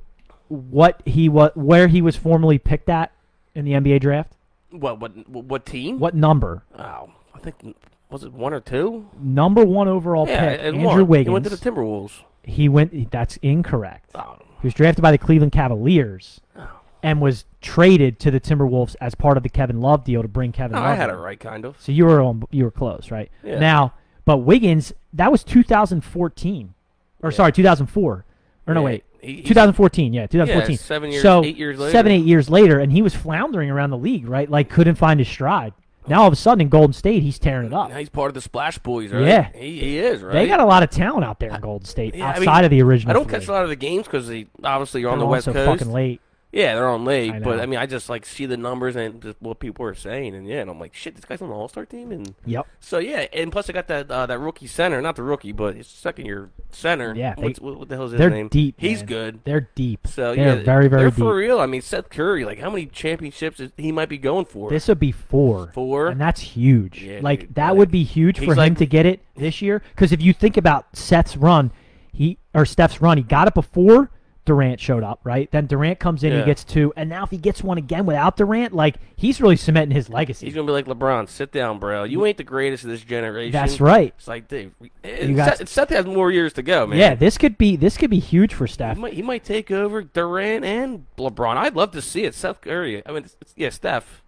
Speaker 2: what he was where he was formerly picked at in the NBA draft?
Speaker 1: What what what team?
Speaker 2: What number?
Speaker 1: Oh, I think was it one or two?
Speaker 2: Number one overall
Speaker 1: Yeah,
Speaker 2: pick.
Speaker 1: and
Speaker 2: Andrew
Speaker 1: one.
Speaker 2: Wiggins.
Speaker 1: He went to the Timberwolves.
Speaker 2: he went. That's incorrect.
Speaker 1: Oh,
Speaker 2: He was drafted by the Cleveland Cavaliers
Speaker 1: Oh.
Speaker 2: and was traded to the Timberwolves as part of the Kevin Love deal to bring Kevin
Speaker 1: no,
Speaker 2: Love.
Speaker 1: Oh, I had it
Speaker 2: in.
Speaker 1: right, kind of.
Speaker 2: So you were on, you were close, right?
Speaker 1: Yeah.
Speaker 2: Now, but Wiggins, that was 2014, or sorry, 2004, or no
Speaker 1: Yeah,
Speaker 2: wait,
Speaker 1: he- he's-
Speaker 2: 2014, yeah, 2014.
Speaker 1: seven years-
Speaker 2: so
Speaker 1: eight years
Speaker 2: seven,
Speaker 1: later.
Speaker 2: eight years later, and he was floundering around the league, right? Like couldn't find his stride. Now all of a sudden in Golden State, he's tearing it up.
Speaker 1: Oh. Now he's part of the Splash Boys, right?
Speaker 2: Yeah.
Speaker 1: he, he is, right?
Speaker 2: They got a lot of talent out there in Golden State
Speaker 1: Yeah, I
Speaker 2: outside
Speaker 1: mean,
Speaker 2: of the original.
Speaker 1: I don't
Speaker 2: three.
Speaker 1: catch a lot of the games because they obviously are on
Speaker 2: They're
Speaker 1: the
Speaker 2: on
Speaker 1: West
Speaker 2: so
Speaker 1: Coast.
Speaker 2: fucking late.
Speaker 1: Yeah, they're on late,
Speaker 2: I
Speaker 1: but
Speaker 2: know.
Speaker 1: I mean, I just like see the numbers and just what people are saying, and yeah, and I'm like, shit, this guy's on the All Star team, and
Speaker 2: Yep.
Speaker 1: so yeah, and plus I got that uh, that rookie center, not the rookie, but his second year center.
Speaker 2: Yeah, they-
Speaker 1: What's- what, what the hell's his
Speaker 2: They're
Speaker 1: name?
Speaker 2: deep.
Speaker 1: He's
Speaker 2: man.
Speaker 1: good.
Speaker 2: They're deep.
Speaker 1: So
Speaker 2: they're
Speaker 1: yeah,
Speaker 2: very very
Speaker 1: they're
Speaker 2: deep.
Speaker 1: for real. I mean, Seth Curry, like how many championships is, he might be going for?
Speaker 2: This would be four.
Speaker 1: Four?
Speaker 2: And that's huge.
Speaker 1: Yeah,
Speaker 2: like
Speaker 1: dude,
Speaker 2: that
Speaker 1: like,
Speaker 2: would be huge for
Speaker 1: he's
Speaker 2: him
Speaker 1: like-
Speaker 2: to get it this year. Because if you think about Seth's run, he or Steph's run, he got it before Durant showed up, right? Then Durant comes in,
Speaker 1: Yeah.
Speaker 2: he gets two, and now if he gets one again without Durant, like he's really cementing his legacy.
Speaker 1: He's gonna be like LeBron. Sit down, bro. You ain't the greatest of this generation.
Speaker 2: That's right.
Speaker 1: It's like, dude, we-
Speaker 2: You got-
Speaker 1: Seth, Seth has more years to go, man.
Speaker 2: Yeah, this could be this could be huge for Steph.
Speaker 1: He might, he might take over Durant and LeBron. I'd love to see it. Seth Curry. I mean, it's- yeah, Steph.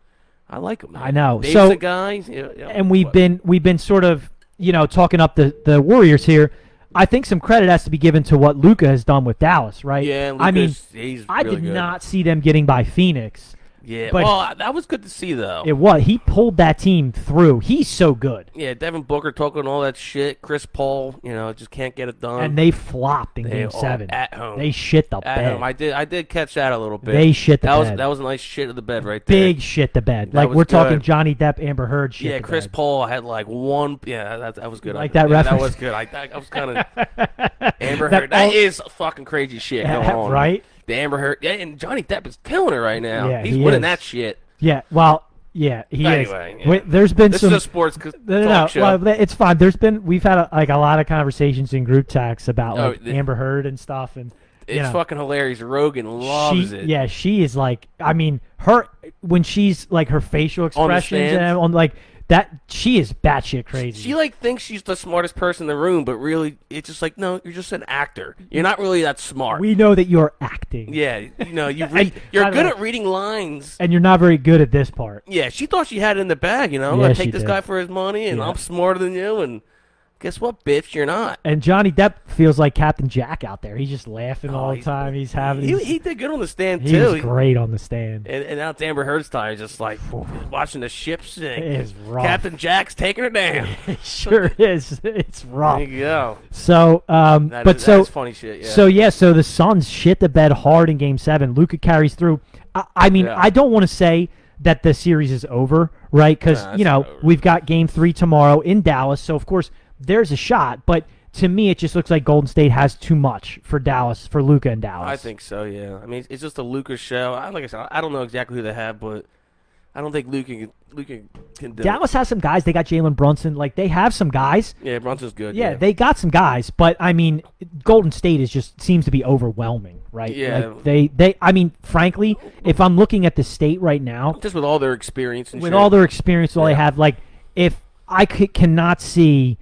Speaker 1: I like him.
Speaker 2: I know.
Speaker 1: Dave's
Speaker 2: So-
Speaker 1: a guy. Yeah, yeah.
Speaker 2: and we've
Speaker 1: But-
Speaker 2: been we've been sort of you know talking up the the Warriors here. I think some credit has to be given to what Luca has done with Dallas, right?
Speaker 1: Yeah, Lucas,
Speaker 2: I mean,
Speaker 1: he's
Speaker 2: I
Speaker 1: really
Speaker 2: did
Speaker 1: good.
Speaker 2: not see them getting by Phoenix.
Speaker 1: Yeah,
Speaker 2: but-
Speaker 1: well, that was good to see though.
Speaker 2: It was he pulled that team through. He's so good,
Speaker 1: yeah, Devin Booker talking all that shit. Chris Paul, you know, just can't get it done.
Speaker 2: and they flopped in
Speaker 1: Uh, They
Speaker 2: Game
Speaker 1: are
Speaker 2: Seven
Speaker 1: at home.
Speaker 2: They shit the
Speaker 1: At
Speaker 2: bed.
Speaker 1: home. I did. I did catch that a little bit.
Speaker 2: They shit the
Speaker 1: that was
Speaker 2: bed.
Speaker 1: that was a nice shit of the bed right there.
Speaker 2: Big shit the bed.
Speaker 1: That
Speaker 2: Like
Speaker 1: was
Speaker 2: we're talking
Speaker 1: good.
Speaker 2: Johnny Depp, Amber Heard shit.
Speaker 1: Yeah,
Speaker 2: the
Speaker 1: Chris
Speaker 2: bed.
Speaker 1: Paul had like one. Yeah, that, that was good. I-
Speaker 2: Like that
Speaker 1: yeah, That
Speaker 2: reference?
Speaker 1: was good. I, I, I was kind of Amber
Speaker 2: That
Speaker 1: Heard. That
Speaker 2: all-
Speaker 1: is fucking crazy shit going on,
Speaker 2: Right?
Speaker 1: The Amber Heard. Yeah, and Johnny Depp is killing it right now.
Speaker 2: Yeah,
Speaker 1: he's
Speaker 2: he
Speaker 1: winning
Speaker 2: is.
Speaker 1: that shit.
Speaker 2: Yeah. Well, yeah, he
Speaker 1: Anyway,
Speaker 2: is.
Speaker 1: yeah.
Speaker 2: Wait, There's been
Speaker 1: This
Speaker 2: some.
Speaker 1: is a sports c-
Speaker 2: No, no,
Speaker 1: talk
Speaker 2: no.
Speaker 1: show.
Speaker 2: Well, th- it's fine. There's been we've had a, like a lot of conversations in group texts about
Speaker 1: Oh,
Speaker 2: like
Speaker 1: th-
Speaker 2: Amber Heard and stuff, and
Speaker 1: it's
Speaker 2: you know,
Speaker 1: fucking hilarious. Rogan loves
Speaker 2: she,
Speaker 1: it.
Speaker 2: Yeah, she is like. I mean, her when she's like her facial expressions
Speaker 1: stands?
Speaker 2: and on like that, she is batshit crazy.
Speaker 1: She like thinks she's the smartest person in the room, but really, it's just like no, you're just an actor. You're not really that smart.
Speaker 2: we know that you're acting,
Speaker 1: yeah, you know, you read,
Speaker 2: And-
Speaker 1: you're
Speaker 2: by the
Speaker 1: good
Speaker 2: way-
Speaker 1: at reading lines.
Speaker 2: and you're not very good at this part.
Speaker 1: Yeah, she thought she had it in the bag. You know, I'm
Speaker 2: Yeah,
Speaker 1: gonna
Speaker 2: she
Speaker 1: take this
Speaker 2: did.
Speaker 1: guy for his money, and
Speaker 2: Yeah.
Speaker 1: I'm smarter than you. And guess what, bitch, you're not.
Speaker 2: And Johnny Depp feels like Captain Jack out there. He's just laughing all the
Speaker 1: Oh, he's-
Speaker 2: time. He's having.
Speaker 1: He,
Speaker 2: He,
Speaker 1: he did good on the stand
Speaker 2: he
Speaker 1: too.
Speaker 2: was great on the stand.
Speaker 1: And, and now it's Amber Heard's time, just like watching the ship sink.
Speaker 2: It is rough.
Speaker 1: Captain Jack's taking her down.
Speaker 2: It sure is. It's
Speaker 1: there
Speaker 2: rough.
Speaker 1: you go.
Speaker 2: So, um,
Speaker 1: That
Speaker 2: but
Speaker 1: is- that
Speaker 2: so
Speaker 1: is funny shit. Yeah.
Speaker 2: So yeah, so the Suns shit the bed hard in Game Seven. Luca carries through. I, I mean,
Speaker 1: Yeah.
Speaker 2: I don't want to say that the series is over, right? Because
Speaker 1: Nah, it's
Speaker 2: you know
Speaker 1: not over.
Speaker 2: we've got Game Three tomorrow in Dallas, so of course there's a shot. But to me, it just looks like Golden State has too much for Dallas for Luca and Dallas.
Speaker 1: I think so. Yeah. I mean, it's- it's just a Luca show. I, like I said, I don't know exactly who they have, but I don't think Luca can, Luca can do
Speaker 2: Dallas has some guys. They got Jalen Brunson. Like they have some guys.
Speaker 1: it. Yeah, Brunson's good.
Speaker 2: Yeah, they got some guys, but I mean, Golden State is just seems to be overwhelming, right?
Speaker 1: Yeah.
Speaker 2: Like, they they. I mean, frankly, if I'm looking at the state right now,
Speaker 1: just with all their experience and
Speaker 2: with
Speaker 1: shit.
Speaker 2: all their experience, all they
Speaker 1: Yeah.
Speaker 2: have. Like, if I c- cannot see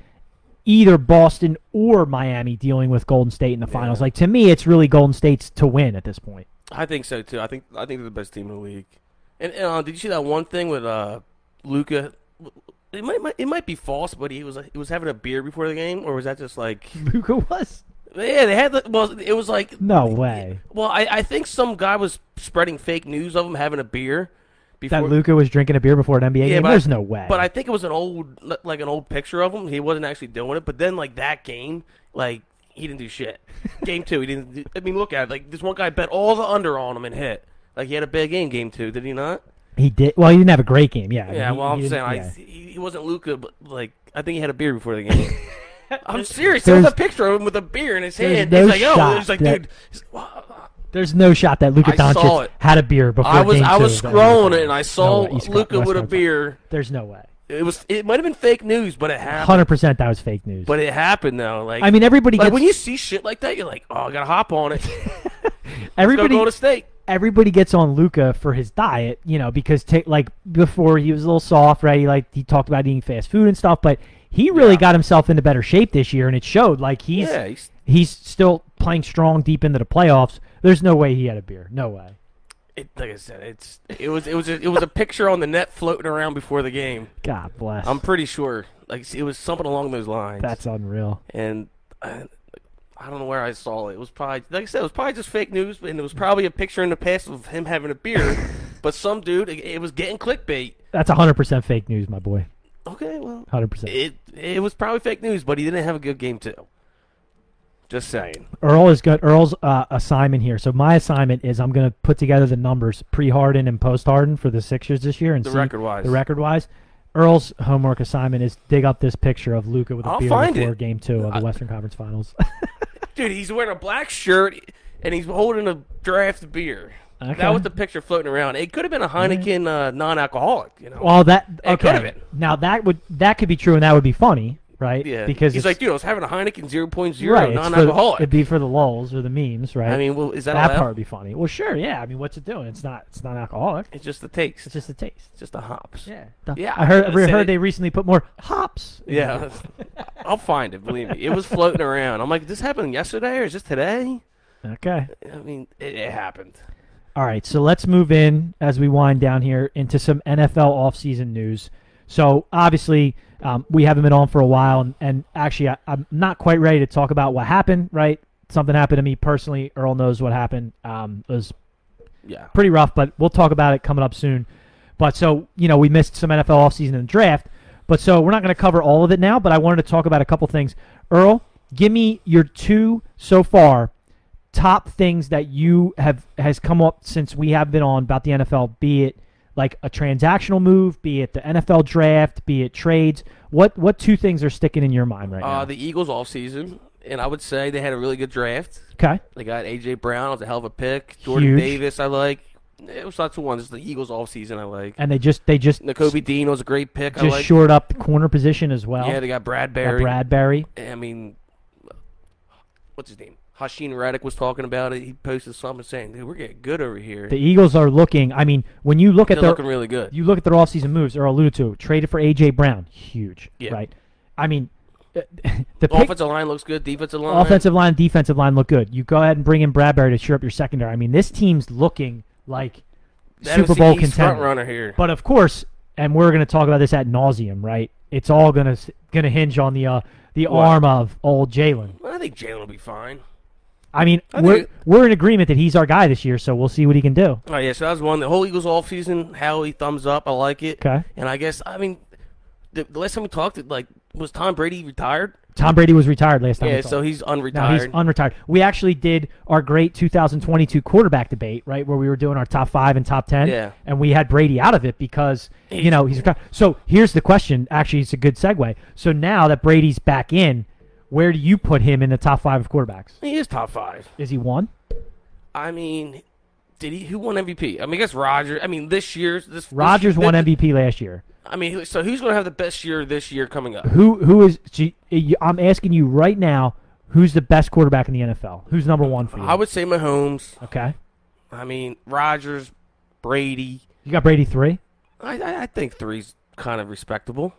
Speaker 2: either Boston or Miami dealing with Golden State in the finals, like to me, it's really Golden State's to win at this point.
Speaker 1: I think so too. I think I think they're the best team in the league. And, and uh, did you see that one thing with uh, Luca? It might, might it might be false, but he was uh, he was having a beer before the game, or was that just like?
Speaker 2: Luca was
Speaker 1: Yeah, they had the well. It was like
Speaker 2: no way
Speaker 1: well, I, I think some guy was spreading fake news of him having a beer before.
Speaker 2: that Luca was drinking a beer before an NBA game.
Speaker 1: but
Speaker 2: There's
Speaker 1: I-
Speaker 2: no way.
Speaker 1: But I think it was an old, like an old picture of him. He wasn't actually doing it. But then, like that game, like he didn't do shit. Game two, he didn't. Do, I mean, look at it. Like this one guy bet all the under on him and hit. Like he had a bad game, game two, did he not?
Speaker 2: he did well. He didn't have a great game. Yeah. I mean,
Speaker 1: Yeah.
Speaker 2: he-
Speaker 1: Well,
Speaker 2: he
Speaker 1: I'm
Speaker 2: didn't-
Speaker 1: saying I,
Speaker 2: yeah.
Speaker 1: he he wasn't Luca, but like I think he had a beer before the game. I'm serious. There was a
Speaker 2: There's-
Speaker 1: picture of him with a beer in his
Speaker 2: there's
Speaker 1: hand.
Speaker 2: no
Speaker 1: He's like, oh,
Speaker 2: shot
Speaker 1: he's like,
Speaker 2: that-
Speaker 1: dude. he's-
Speaker 2: There's no shot that Luca
Speaker 1: I saw
Speaker 2: Doncic
Speaker 1: it.
Speaker 2: had a beer before.
Speaker 1: I was
Speaker 2: game
Speaker 1: I
Speaker 2: two
Speaker 1: was
Speaker 2: of the NBA
Speaker 1: scrolling
Speaker 2: game.
Speaker 1: it and I
Speaker 2: No
Speaker 1: saw
Speaker 2: way. He's got-
Speaker 1: Luca with a
Speaker 2: Westbrook's-
Speaker 1: beer.
Speaker 2: There's no way.
Speaker 1: It was it might have been fake news, but it happened.
Speaker 2: Hundred percent, that was fake news.
Speaker 1: But it happened though. Like
Speaker 2: I mean, everybody
Speaker 1: like
Speaker 2: gets
Speaker 1: when you see shit like that, you're like, oh, I gotta hop on it. Go
Speaker 2: everybody
Speaker 1: go to state.
Speaker 2: everybody gets on Luca for his diet, you know, because ta- like before he was a little soft, right? He like he talked about eating fast food and stuff, but he really
Speaker 1: Yeah.
Speaker 2: got himself into better shape this year, and it showed. Like he's
Speaker 1: Yeah, he's-
Speaker 2: he's still playing strong deep into the playoffs. There's no way he had a beer. No way.
Speaker 1: It, like I said, it's it was it was a, it was a picture on the net floating around before the game.
Speaker 2: God bless.
Speaker 1: I'm pretty sure. Like it was something along those lines.
Speaker 2: That's unreal.
Speaker 1: and I, I don't know where I saw it. It was probably like I said, it was probably just fake news, and it was probably a picture in the past of him having a beer. but some dude, it, it was getting clickbait.
Speaker 2: That's 100% fake news, my boy.
Speaker 1: Okay, well,
Speaker 2: 100%.
Speaker 1: it it was probably fake news, but he didn't have a good game too. Just saying.
Speaker 2: Earl is good. Earl's uh, assignment here. So my assignment is I'm going to put together the numbers pre-Harden and post-Harden for the Sixers this year and
Speaker 1: The
Speaker 2: see
Speaker 1: record-wise.
Speaker 2: The record-wise, Earl's homework assignment is dig up this picture of Luca with a
Speaker 1: I'll
Speaker 2: beer
Speaker 1: find
Speaker 2: before
Speaker 1: it.
Speaker 2: Game Two of the
Speaker 1: I-
Speaker 2: Western Conference Finals.
Speaker 1: Dude, he's wearing a black shirt and he's holding a draft beer.
Speaker 2: Okay.
Speaker 1: That was the picture floating around. It could have been a Heineken uh, non-alcoholic, you know.
Speaker 2: well, that
Speaker 1: It could've
Speaker 2: okay.
Speaker 1: been.
Speaker 2: Now that would that could be true and that would be funny, right?
Speaker 1: yeah,
Speaker 2: because
Speaker 1: he's
Speaker 2: it's,
Speaker 1: like, dude, I was having a Heineken 0.0
Speaker 2: right, it's for the-
Speaker 1: non-alcoholic.
Speaker 2: it'd be for the lulls or the memes, right?
Speaker 1: I mean, well, is that,
Speaker 2: that
Speaker 1: allowed?
Speaker 2: part would be funny. Well, sure, yeah. I mean, what's it doing? It's not. It's not alcoholic.
Speaker 1: It's just the takes.
Speaker 2: It's
Speaker 1: It's
Speaker 2: just a taste.
Speaker 1: just the hops.
Speaker 2: Yeah. The-
Speaker 1: Yeah,
Speaker 2: I heard. I
Speaker 1: I said
Speaker 2: heard
Speaker 1: it.
Speaker 2: they recently put more hops. in
Speaker 1: Yeah. I'll find it. Believe me, it was floating around. I'm like, this happened yesterday or is this today?
Speaker 2: there. Okay.
Speaker 1: I mean, it, it happened.
Speaker 2: All right, so let's move in as we wind down here into some NFL offseason news. So obviously, um, we haven't been on for a while, and, and actually, I, I'm not quite ready to talk about what happened. Right, something happened to me personally. Earl knows what happened. Um, it was
Speaker 1: Yeah.
Speaker 2: pretty rough, but we'll talk about it coming up soon. But so, you know, we missed some NFL offseason and draft. But so we're not going to cover all of it now, but I wanted to talk about a couple things. Earl, give me your two so far top things that you have has come up since we have been on about the NFL, be it like a transactional move, be it the NFL draft, be it trades. What what two things are sticking in your mind right
Speaker 1: Uh,
Speaker 2: now?
Speaker 1: the Eagles off season, and I would say they had a really good draft.
Speaker 2: okay.
Speaker 1: They got AJ Brown, was a hell of a pick. Jordan
Speaker 2: Huge.
Speaker 1: Davis, I like. It was not the one. It's the Eagles off season, I like.
Speaker 2: And they just they just
Speaker 1: N'Kobe Dean was a great pick. I
Speaker 2: just
Speaker 1: like.
Speaker 2: shored up the corner position as well.
Speaker 1: Yeah, they got Bradbury. Eh,
Speaker 2: Got Bradbury.
Speaker 1: I mean, what's his name? Hashim Reddick was talking about it. He posted something saying, "Dude, we're getting good over here.
Speaker 2: The Eagles are looking. I mean, when you look at
Speaker 1: They're
Speaker 2: their
Speaker 1: looking really good."
Speaker 2: you look at their offseason moves, Earl alluded to traded for AJ Brown, huge,
Speaker 1: Yeah.
Speaker 2: right? I mean, uh, the pick,
Speaker 1: offensive line looks good. Defensive line.
Speaker 2: offensive line, defensive line look good. You go ahead and bring in Bradbury to cheer up your secondary. I mean, this team's looking like
Speaker 1: That was
Speaker 2: Super
Speaker 1: the
Speaker 2: Bowl
Speaker 1: East front
Speaker 2: contender.
Speaker 1: runner here.
Speaker 2: But of course, and we're going to talk about this at nauseum, right? It's all going to going to hinge on the uh, the
Speaker 1: What?
Speaker 2: arm of old Jalen.
Speaker 1: I think Jalen will be fine.
Speaker 2: I mean,
Speaker 1: I
Speaker 2: we're
Speaker 1: think-
Speaker 2: we're in agreement that he's our guy this year, so we'll see what he can do.
Speaker 1: Oh yeah, so that was one. The whole Eagles off season, how he thumbs up. I like it.
Speaker 2: Okay.
Speaker 1: And I guess I mean, the, the last time we talked, it, like was Tom Brady retired?
Speaker 2: Tom Brady was retired last time. we
Speaker 1: Yeah,
Speaker 2: talked.
Speaker 1: so he's
Speaker 2: No, he's
Speaker 1: unretired.
Speaker 2: unretired. We actually did our great 2022 quarterback debate, right, where we were doing our top five and top ten,
Speaker 1: Yeah.
Speaker 2: and we had Brady out of it because you know he's retired. So here's the question. Actually, it's a good segue. So now that Brady's back in, where do you put him in the top five of quarterbacks?
Speaker 1: he is top five.
Speaker 2: Is he one?
Speaker 1: I mean, did he? Who won MVP? I mean, I guess Roger. I mean, this year's this
Speaker 2: Rodgers
Speaker 1: this,
Speaker 2: won
Speaker 1: this-
Speaker 2: MVP last year.
Speaker 1: I mean, who- so who's going to have the best year this year coming up?
Speaker 2: Who who is? gee, you- I'm asking you right now. Who's the best quarterback in the NFL? Who's number one for you?
Speaker 1: I would say Mahomes.
Speaker 2: okay,
Speaker 1: I mean, Rogers, Brady.
Speaker 2: you got Brady three.
Speaker 1: I, I, I think three's kind of respectable.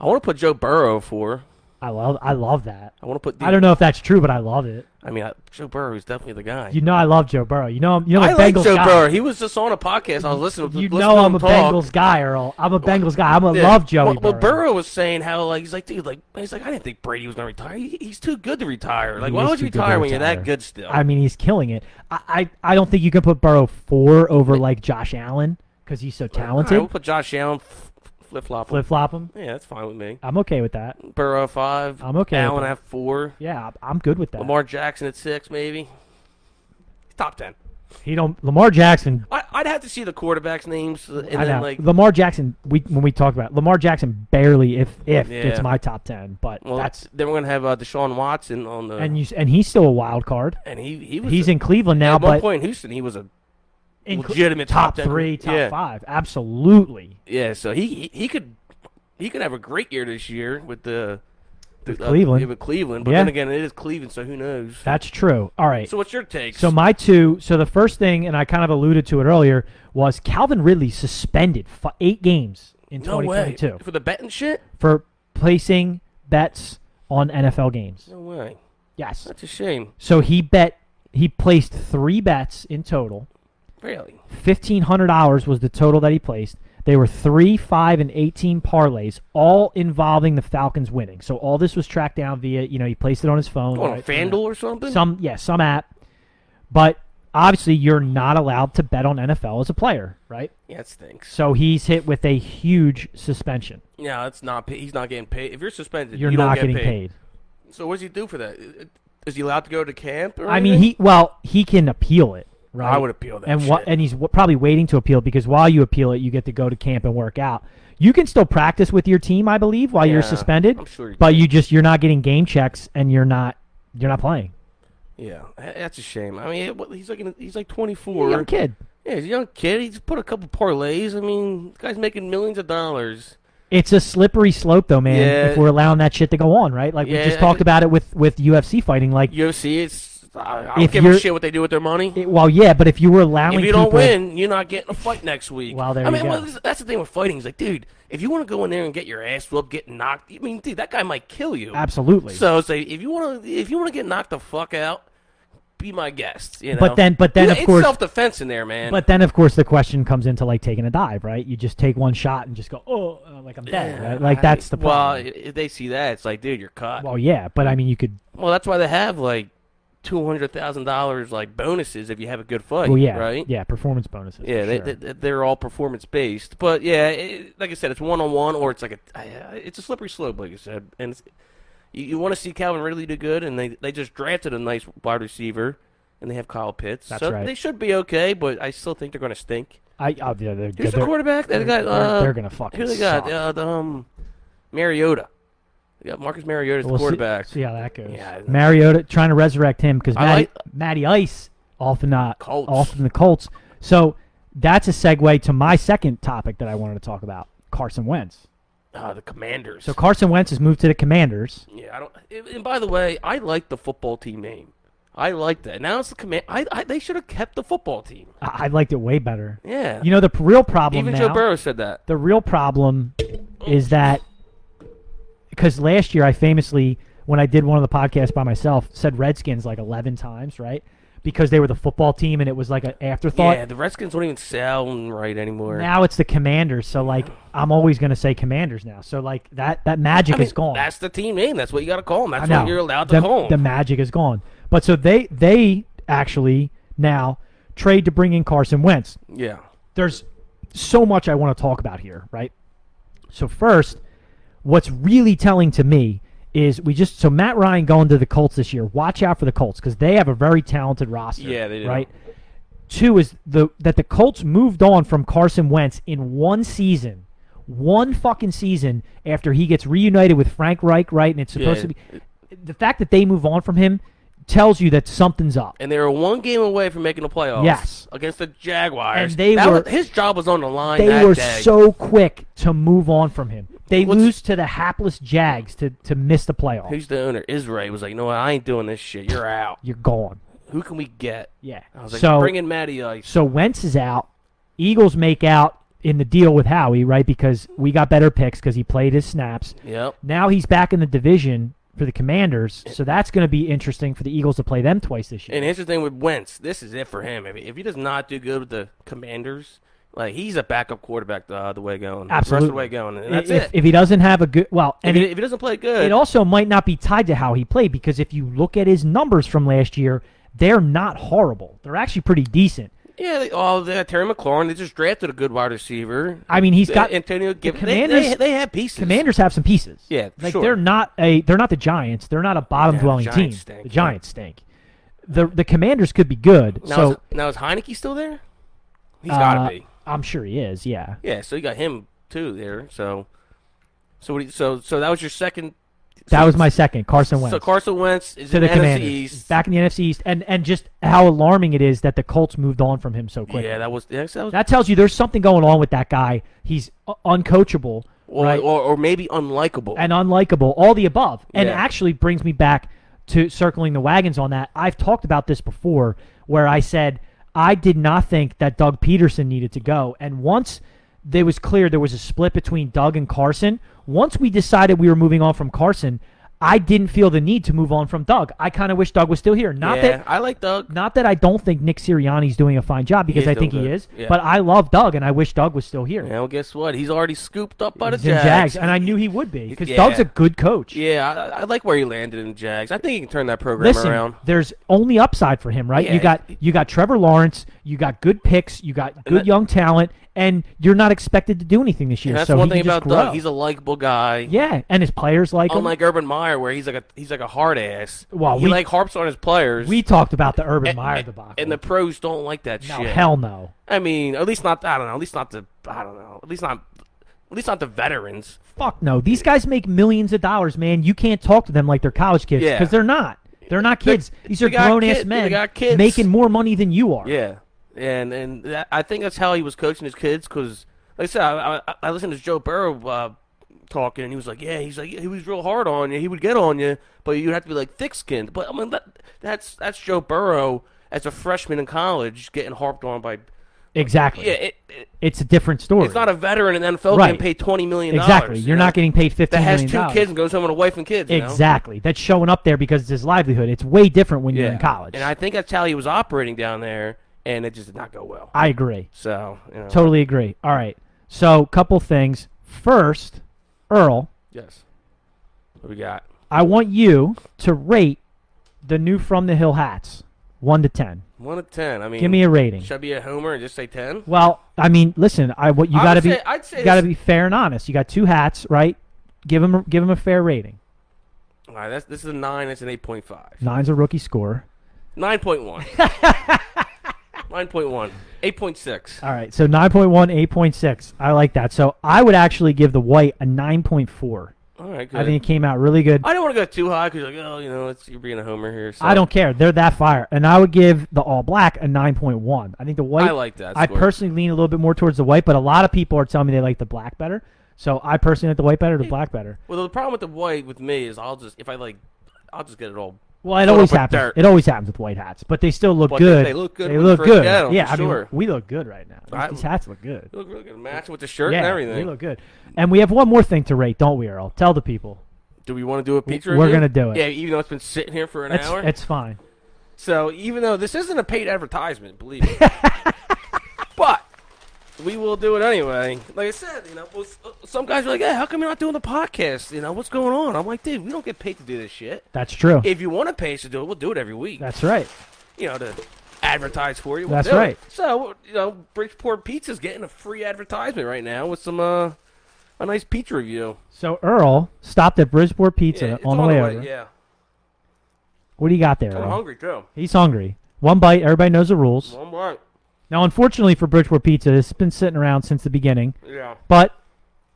Speaker 1: I want to put Joe Burrow four.
Speaker 2: I love I love that.
Speaker 1: I want to put. The,
Speaker 2: I don't know if that's true, but I love it.
Speaker 1: I mean, I, Joe Burrow is definitely the guy.
Speaker 2: You know I love Joe Burrow. You know I'm, you know I'm
Speaker 1: I
Speaker 2: a
Speaker 1: like
Speaker 2: Bengals
Speaker 1: Joe
Speaker 2: guy.
Speaker 1: Burrow. He was just on a podcast. I was listening.
Speaker 2: You
Speaker 1: listening
Speaker 2: know
Speaker 1: to
Speaker 2: I'm
Speaker 1: him
Speaker 2: a
Speaker 1: talk.
Speaker 2: Bengals guy, Earl. I'm a Bengals guy. I'm a
Speaker 1: Yeah.
Speaker 2: love Joey
Speaker 1: Well, well,
Speaker 2: Burrow.
Speaker 1: Burrow was saying how like he's like, dude, like he's like, I didn't think Brady was gonna retire. He, he's too good to retire. Like,
Speaker 2: He
Speaker 1: why
Speaker 2: is
Speaker 1: would you
Speaker 2: too good to
Speaker 1: retire when you're
Speaker 2: retire.
Speaker 1: that good still?
Speaker 2: I mean, he's killing it. I, I, I don't think you can put Burrow four over like Josh Allen because he's so
Speaker 1: All right, we'll
Speaker 2: talented.
Speaker 1: put Josh Allen flip flop.
Speaker 2: Flip flop him.
Speaker 1: Yeah, that's fine with me.
Speaker 2: I'm okay with that.
Speaker 1: Burrow five.
Speaker 2: I'm okay with
Speaker 1: Allen
Speaker 2: that.
Speaker 1: at four.
Speaker 2: Yeah, I- I'm good with that.
Speaker 1: Lamar Jackson at six, maybe. Top ten.
Speaker 2: he don't Lamar Jackson.
Speaker 1: I, I'd have to see the quarterbacks' names, uh, and
Speaker 2: I
Speaker 1: then
Speaker 2: know.
Speaker 1: like,
Speaker 2: Lamar Jackson. We when we talked about it, Lamar Jackson, barely if if
Speaker 1: Yeah.
Speaker 2: gets my top ten, but
Speaker 1: well,
Speaker 2: that's
Speaker 1: then we're gonna have uh, Deshaun Watson on the,
Speaker 2: and
Speaker 1: and,
Speaker 2: you s- and he's still a wild card.
Speaker 1: he he was
Speaker 2: He's
Speaker 1: a-
Speaker 2: in Cleveland now,
Speaker 1: at one
Speaker 2: but
Speaker 1: point in Houston he was a
Speaker 2: in Cle-
Speaker 1: legitimate top
Speaker 2: top,
Speaker 1: 10.
Speaker 2: three, top
Speaker 1: Yeah.
Speaker 2: five, absolutely.
Speaker 1: yeah, so he, he he could he could have a great year this year with the, the
Speaker 2: With Cleveland.
Speaker 1: yeah, with Cleveland, but
Speaker 2: Yeah.
Speaker 1: then again it is Cleveland, so who knows?
Speaker 2: That's true. All right.
Speaker 1: so what's your take?
Speaker 2: So my two. So the first thing, and I kind of alluded to it earlier, was Calvin Ridley suspended for eight games in
Speaker 1: no way
Speaker 2: 2022
Speaker 1: for the betting shit.
Speaker 2: for placing bets on NFL games.
Speaker 1: No way,
Speaker 2: Yes.
Speaker 1: that's a shame.
Speaker 2: So he bet he placed three bets in total.
Speaker 1: Really,
Speaker 2: Fifteen hundred dollars was the total that he placed. They were three, five, and eighteen parlays, all involving the Falcons winning. So all this was tracked down via, you know, he placed it on his phone.
Speaker 1: on
Speaker 2: right,
Speaker 1: a Fanduel or something?
Speaker 2: some yeah some app but obviously you're not allowed to bet on nfl as a player right
Speaker 1: yeah, it stinks.
Speaker 2: so he's hit with a huge suspension
Speaker 1: Yeah, it's not. Pay- he's not getting paid. If you're suspended,
Speaker 2: you're
Speaker 1: you don't
Speaker 2: not
Speaker 1: get
Speaker 2: getting
Speaker 1: paid.
Speaker 2: paid,
Speaker 1: So what does he do for that? Is he allowed to go to camp? Or
Speaker 2: i mean
Speaker 1: anything?
Speaker 2: he well he can appeal it right
Speaker 1: I would appeal that.
Speaker 2: and
Speaker 1: shit.
Speaker 2: what and he's w- probably waiting to appeal because while you appeal it you get to go to camp and work out you can still practice with your team i believe while you're
Speaker 1: Yeah,
Speaker 2: suspended
Speaker 1: I'm sure you
Speaker 2: but
Speaker 1: can.
Speaker 2: you just you're not getting game checks and you're not you're not playing
Speaker 1: Yeah, tha- that's a shame. I mean, what- he's like in- he's like 24.
Speaker 2: You're a young kid
Speaker 1: Yeah, he's a young kid. He's put a couple parlays. I mean, this guy's making millions of dollars.
Speaker 2: It's a slippery slope, though, man.
Speaker 1: Yeah.
Speaker 2: If we're allowing that shit to go on, right? Like we
Speaker 1: Yeah,
Speaker 2: just
Speaker 1: I
Speaker 2: talked
Speaker 1: ju-
Speaker 2: about it with with UFC fighting. Like,
Speaker 1: UFC, it's I, I don't
Speaker 2: If
Speaker 1: give a
Speaker 2: you're-
Speaker 1: shit what they do with their money.
Speaker 2: it- well, yeah, but if you were allowing
Speaker 1: if you
Speaker 2: people,
Speaker 1: don't win, you're not getting a fight next week.
Speaker 2: Well, there
Speaker 1: I
Speaker 2: you
Speaker 1: mean,
Speaker 2: go.
Speaker 1: well, this- that's the thing with fighting. Is like, dude, if you want to go in there and get your ass whooped, get knocked. I mean, dude, that guy might kill you.
Speaker 2: absolutely.
Speaker 1: So, say if you want to, if you want to get knocked the fuck out, be my guest. You know,
Speaker 2: But then- but then,
Speaker 1: Yeah,
Speaker 2: of
Speaker 1: it's
Speaker 2: course-
Speaker 1: self defense in there, man.
Speaker 2: But then, of course, the question comes into like taking a dive, right? You just take one shot and just go, oh, uh, like I'm dead. right? Like
Speaker 1: I-
Speaker 2: that's the
Speaker 1: well,
Speaker 2: problem.
Speaker 1: i- if they see that, it's like, dude, you're caught.
Speaker 2: Well, yeah, but I mean, you could.
Speaker 1: Well, that's why they have like two hundred thousand dollars like bonuses if you have a good fight.
Speaker 2: Well, yeah,
Speaker 1: right.
Speaker 2: yeah, performance bonuses.
Speaker 1: Yeah,
Speaker 2: for
Speaker 1: they,
Speaker 2: sure.
Speaker 1: they, they're all performance based, but yeah, it, like I said, it's one on one or it's like a I- it's a slippery slope, like I said, and it's, you, you want to see Calvin Ridley do good, and they they just drafted a nice wide receiver, and they have Kyle Pitts,
Speaker 2: That's
Speaker 1: so
Speaker 2: right.
Speaker 1: they should be okay, but I still think they're going to stink.
Speaker 2: I, oh, yeah, they're,
Speaker 1: Who's the
Speaker 2: they're-
Speaker 1: quarterback? They
Speaker 2: they're-
Speaker 1: got
Speaker 2: they're-
Speaker 1: uh,
Speaker 2: they're gonna fucking
Speaker 1: Who they got?
Speaker 2: suck.
Speaker 1: Uh, the, um, Mariota. They got Marcus Mariota as the
Speaker 2: We'll see-
Speaker 1: quarterback.
Speaker 2: See, how that goes.
Speaker 1: Yeah.
Speaker 2: Mariota trying to resurrect him because
Speaker 1: I
Speaker 2: Matty,
Speaker 1: like-
Speaker 2: Matty Ice off in the
Speaker 1: Colts.
Speaker 2: off in the Colts. So that's a segue to my second topic that I wanted to talk about: Carson Wentz.
Speaker 1: Uh, the Commanders.
Speaker 2: So Carson Wentz has moved to the Commanders.
Speaker 1: Yeah, I don't. and- And by the way, I like the football team name. I like that. Now it's the command. I, I they should have kept the football team.
Speaker 2: I, I liked it way better.
Speaker 1: Yeah.
Speaker 2: You know the p- real problem
Speaker 1: Even
Speaker 2: now.
Speaker 1: Joe Burrow said that.
Speaker 2: the real problem is that because last year I famously, when I did one of the podcasts by myself, said Redskins like eleven times, right? Because they were the football team and it was like an afterthought.
Speaker 1: yeah, the Redskins don't even sound right anymore.
Speaker 2: now it's the Commanders, so like I'm always gonna say Commanders now. So like that that magic
Speaker 1: I mean,
Speaker 2: is gone.
Speaker 1: That's the team name. That's what you got to call them.
Speaker 2: I
Speaker 1: That's
Speaker 2: know.
Speaker 1: what you're allowed to
Speaker 2: the,
Speaker 1: call
Speaker 2: The
Speaker 1: them.
Speaker 2: magic is gone. But so they they actually now trade to bring in Carson Wentz.
Speaker 1: yeah.
Speaker 2: there's so much I want to talk about here, right? So first, what's really telling to me is we just so Matt Ryan going to the Colts this year. Watch out for the Colts because they have a very talented roster.
Speaker 1: Yeah, they do.
Speaker 2: Right. Two is the that the Colts moved on from Carson Wentz in one season, one fucking season after he gets reunited with Frank Reich, right? And it's supposed
Speaker 1: Yeah.
Speaker 2: to be the fact that they move on from him tells you that something's up.
Speaker 1: And they were one game away from making the playoffs.
Speaker 2: Yes.
Speaker 1: Against the Jaguars.
Speaker 2: And they
Speaker 1: That
Speaker 2: were-
Speaker 1: was- his job was on the line.
Speaker 2: they
Speaker 1: that
Speaker 2: were
Speaker 1: day.
Speaker 2: so quick to move on from him. They
Speaker 1: What's-
Speaker 2: lose to the hapless Jags to, to miss the playoffs.
Speaker 1: Who's the owner? Israel was like, "No, I ain't doing this shit. You're out.
Speaker 2: You're gone.
Speaker 1: Who can we get?"
Speaker 2: Yeah.
Speaker 1: I was like,
Speaker 2: so
Speaker 1: "Bring in Matty Ice."
Speaker 2: so Wentz is out. Eagles make out in the deal with Howie, right? Because we got better picks because he played his snaps.
Speaker 1: Yep.
Speaker 2: Now he's back in the division for the Commanders, so that's going to be interesting for the Eagles to play them twice this year.
Speaker 1: And here's the thing with Wentz. This is it for him. If, if he does not do good with the Commanders, like he's a backup quarterback the, the way going. The rest of
Speaker 2: Absolutely.
Speaker 1: the way going. And that's
Speaker 2: if,
Speaker 1: it.
Speaker 2: if he doesn't have a good well,
Speaker 1: If
Speaker 2: and
Speaker 1: he,
Speaker 2: it-
Speaker 1: if he doesn't play good,
Speaker 2: it also might not be tied to how he played because if you look at his numbers from last year, they're not horrible. They're actually pretty decent.
Speaker 1: yeah, they, oh, they got Terry McLaurin. They just drafted a good wide receiver.
Speaker 2: I mean, he's
Speaker 1: Uh,
Speaker 2: got
Speaker 1: Antonio Gibson. They-
Speaker 2: Commanders-
Speaker 1: They, they have pieces.
Speaker 2: Commanders have some pieces.
Speaker 1: Yeah,
Speaker 2: like
Speaker 1: sure.
Speaker 2: they're not a they're not the Giants. They're not a bottom dwelling
Speaker 1: Giants
Speaker 2: team.
Speaker 1: stink,
Speaker 2: the
Speaker 1: yeah.
Speaker 2: Giants stink. The the Commanders could be good.
Speaker 1: Now,
Speaker 2: so
Speaker 1: is, now is Heineke still there? He's
Speaker 2: uh,
Speaker 1: got to be.
Speaker 2: I'm sure he is. Yeah.
Speaker 1: Yeah. So you got him too there. So, so what do you, so so that was your second.
Speaker 2: That
Speaker 1: so-
Speaker 2: was my second Carson Wentz
Speaker 1: So Carson Wentz is
Speaker 2: to
Speaker 1: in
Speaker 2: the
Speaker 1: the NFC
Speaker 2: Commanders
Speaker 1: East.
Speaker 2: back in the NFC East, and and just how alarming it is that the Colts moved on from him so quickly.
Speaker 1: Yeah, that was that was
Speaker 2: That tells you there's something going on with that guy. He's u- uncoachable,
Speaker 1: or,
Speaker 2: right?
Speaker 1: or, or maybe unlikable.
Speaker 2: and unlikable, all the above. And
Speaker 1: Yeah.
Speaker 2: actually brings me back to circling the wagons on that. I've talked about this before where I said I did not think that Doug Peterson needed to go. And once there was clear there was a split between Doug and Carson, once we decided we were moving on from Carson, I didn't feel the need to move on from Doug. I kind of wish Doug was still here. Not
Speaker 1: yeah,
Speaker 2: that
Speaker 1: I like Doug.
Speaker 2: not that I don't think Nick Sirianni's doing a fine job because
Speaker 1: is
Speaker 2: I think
Speaker 1: doing
Speaker 2: he
Speaker 1: good.
Speaker 2: is,
Speaker 1: Yeah.
Speaker 2: but I love Doug and I wish Doug was still here.
Speaker 1: Now guess what? He's already scooped up by the
Speaker 2: He's in
Speaker 1: Jags.
Speaker 2: Jags, and I knew he would be because
Speaker 1: Yeah.
Speaker 2: Doug's a good coach.
Speaker 1: yeah, I, I like where he landed in the Jags. I think he can turn that program
Speaker 2: Listen,
Speaker 1: around.
Speaker 2: there's only upside for him, right?
Speaker 1: Yeah.
Speaker 2: You got you got Trevor Lawrence, you got good picks, you got good
Speaker 1: that-
Speaker 2: young talent, and you're not expected to do anything this year.
Speaker 1: And that's
Speaker 2: so
Speaker 1: one
Speaker 2: he
Speaker 1: thing
Speaker 2: can just
Speaker 1: about
Speaker 2: grow.
Speaker 1: Doug. He's a likable guy.
Speaker 2: yeah, and his players like him.
Speaker 1: Unlike Urban Meyer, where he's like a he's like a hard ass.
Speaker 2: Well,
Speaker 1: he
Speaker 2: we-
Speaker 1: like harps on his players.
Speaker 2: we talked about the Urban
Speaker 1: and,
Speaker 2: Meyer
Speaker 1: and-
Speaker 2: debacle.
Speaker 1: and the pros don't like that
Speaker 2: no,
Speaker 1: shit.
Speaker 2: hell no.
Speaker 1: I mean, at least not. I don't know. At least not the. I don't know. At least not. At least not the veterans.
Speaker 2: Fuck no. These guys make millions of dollars, man. You can't talk to them like they're college kids
Speaker 1: Yeah.
Speaker 2: because they're not. They're not kids. These are
Speaker 1: they got
Speaker 2: grown ass
Speaker 1: kid-
Speaker 2: men
Speaker 1: they got kids.
Speaker 2: making more money than you are.
Speaker 1: Yeah, and and that, I think that's how he was coaching his kids because, like I said, I, I, I listened to Joe Burrow uh, talking, and he was like, "Yeah, he's like he was real hard on you. He would get on you, but you'd have to be like thick-skinned." But I mean, that, that's that's Joe Burrow as a freshman in college getting harped on by
Speaker 2: Exactly.
Speaker 1: Yeah, it, it,
Speaker 2: It's a different story.
Speaker 1: it's not a veteran in the NFL
Speaker 2: Oh, Right.
Speaker 1: getting paid twenty million.
Speaker 2: exactly. You're not getting paid
Speaker 1: that
Speaker 2: fifteen
Speaker 1: has
Speaker 2: million
Speaker 1: two
Speaker 2: dollars.
Speaker 1: kids and goes home with a wife and kids. you know?
Speaker 2: Exactly. That's showing up there because it's his livelihood. It's way different when you're in college.
Speaker 1: And I think that's how he was operating down there, and it just did not go well.
Speaker 2: I agree.
Speaker 1: So, you know,
Speaker 2: Totally agree. All right. So, couple things. First, Earl,
Speaker 1: yes. What we got?
Speaker 2: I want you to rate the new From the Hill hats, one to ten.
Speaker 1: One of ten. I mean,
Speaker 2: Give me a rating.
Speaker 1: should I be a homer and just say ten?
Speaker 2: Well, I mean, listen, I what you
Speaker 1: I
Speaker 2: got to
Speaker 1: would
Speaker 2: be,
Speaker 1: say- I'd say
Speaker 2: you got to
Speaker 1: this-
Speaker 2: be fair and honest. You got two hats, right? Give him, give him a fair rating.
Speaker 1: All right, that's, this is a nine. It's an eight point five.
Speaker 2: Nine's a rookie score.
Speaker 1: Nine point one. Nine point one. Eight point six.
Speaker 2: All right, so 9.1, 8.6. I like that. So I would actually give the white a 9.4.
Speaker 1: All right, good.
Speaker 2: I think it came out really good.
Speaker 1: I don't want to go too high because like, oh, you know, it's, you're being a homer here. So
Speaker 2: I don't care. They're that fire. And I would give the all black a 9.1. I think the white.
Speaker 1: I like that
Speaker 2: I
Speaker 1: score.
Speaker 2: personally lean a little bit more towards the white, but a lot of people are telling me they like the black better. So I personally like the white better, the black better.
Speaker 1: Well, the problem with the white with me is I'll just if I like, I'll just get it all.
Speaker 2: Well, it
Speaker 1: Put
Speaker 2: always
Speaker 1: up with
Speaker 2: happens.
Speaker 1: dirt.
Speaker 2: It always happens with white hats, but they still look
Speaker 1: But they-
Speaker 2: good.
Speaker 1: they look good
Speaker 2: They
Speaker 1: when you
Speaker 2: look
Speaker 1: first
Speaker 2: good.
Speaker 1: get 'em,
Speaker 2: yeah,
Speaker 1: for
Speaker 2: I mean,
Speaker 1: sure.
Speaker 2: we look good right now.
Speaker 1: I-
Speaker 2: These hats look good.
Speaker 1: Look really good match with the shirt
Speaker 2: yeah,
Speaker 1: and
Speaker 2: they
Speaker 1: everything.
Speaker 2: look good. And we have one more thing to rate, don't we, Earl? Tell the people.
Speaker 1: Do we want to do a pizza?
Speaker 2: we're
Speaker 1: review?
Speaker 2: gonna do it.
Speaker 1: Yeah, even though it's been sitting here for an
Speaker 2: It's,
Speaker 1: hour.
Speaker 2: it's fine.
Speaker 1: So even though this isn't a paid advertisement, believe me, but we will do it anyway. Like I said, you know, well, s- uh, some guys are like, "Hey, how come you're not doing the podcast? You know, what's going on?" I'm like, "Dude, we don't get paid to do this shit.
Speaker 2: That's true.
Speaker 1: If you want to pay us to do it, we'll do it every week.
Speaker 2: That's right.
Speaker 1: you know, to advertise for you. We'll
Speaker 2: That's
Speaker 1: do it.
Speaker 2: right.
Speaker 1: So you know, Bridgeport Pizza's getting a free advertisement right now with some uh, a nice pizza review.
Speaker 2: So Earl stopped at Bridgeport Pizza
Speaker 1: Yeah, it's
Speaker 2: on the way over.
Speaker 1: Yeah,
Speaker 2: What do you got there,
Speaker 1: I'm
Speaker 2: Earl?
Speaker 1: hungry too.
Speaker 2: He's hungry. One bite. Everybody knows the rules.
Speaker 1: One more.
Speaker 2: Now, unfortunately for Bridgeport Pizza, it's been sitting around since the beginning,
Speaker 1: Yeah,
Speaker 2: but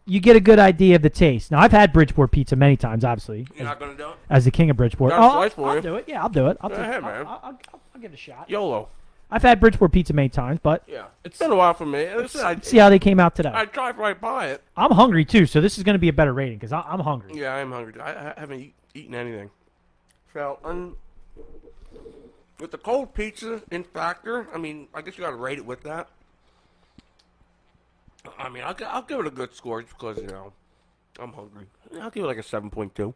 Speaker 2: you get a good idea of the taste. Now, I've had Bridgeport Pizza many times, obviously,
Speaker 1: you're not gonna do it.
Speaker 2: as the king of Bridgeport.
Speaker 1: Got a
Speaker 2: Oh, I'll,
Speaker 1: slice for
Speaker 2: I'll
Speaker 1: you.
Speaker 2: do it. Yeah, I'll do it. I'll,
Speaker 1: Go
Speaker 2: take-
Speaker 1: ahead,
Speaker 2: I'll-
Speaker 1: man.
Speaker 2: I'll, I'll, I'll give it a shot.
Speaker 1: YOLO.
Speaker 2: I've had Bridgeport Pizza many times, but
Speaker 1: Yeah, it's been a while for me. It's- I,
Speaker 2: see how they came out today.
Speaker 1: I drive right by it.
Speaker 2: I'm hungry too, so this is going to be a better rating because I'm hungry.
Speaker 1: Yeah, I am hungry. I, I haven't eat, eaten anything. So, um, with the cold pizza in factor, I mean, I guess you got to rate it with that. I mean, I'll, gi- I'll give it a good score just because, you know, I'm hungry. I'll give it like a 7.2.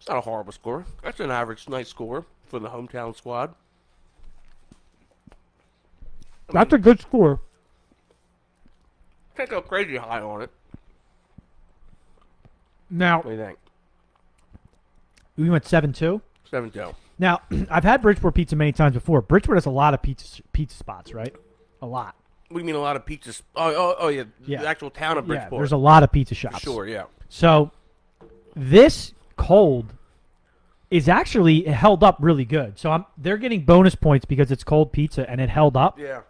Speaker 1: It's not a horrible score. That's an average nice score for the hometown squad.
Speaker 2: That's a good score.
Speaker 1: Can't go crazy high on it.
Speaker 2: Now
Speaker 1: What do you think?
Speaker 2: we went seven two.
Speaker 1: 7.2.
Speaker 2: Now, I've had Bridgeport pizza many times before. Bridgeport has a lot of pizza pizza spots, right? A lot.
Speaker 1: We mean a lot of pizzas. Oh, oh, oh yeah,
Speaker 2: Yeah.
Speaker 1: The actual town of
Speaker 2: Yeah,
Speaker 1: Bridgeport.
Speaker 2: there's a lot of pizza shops.
Speaker 1: Sure, yeah.
Speaker 2: So this cold is actually held up really good. So I'm they're getting bonus points because it's cold pizza and it held up.
Speaker 1: Yeah.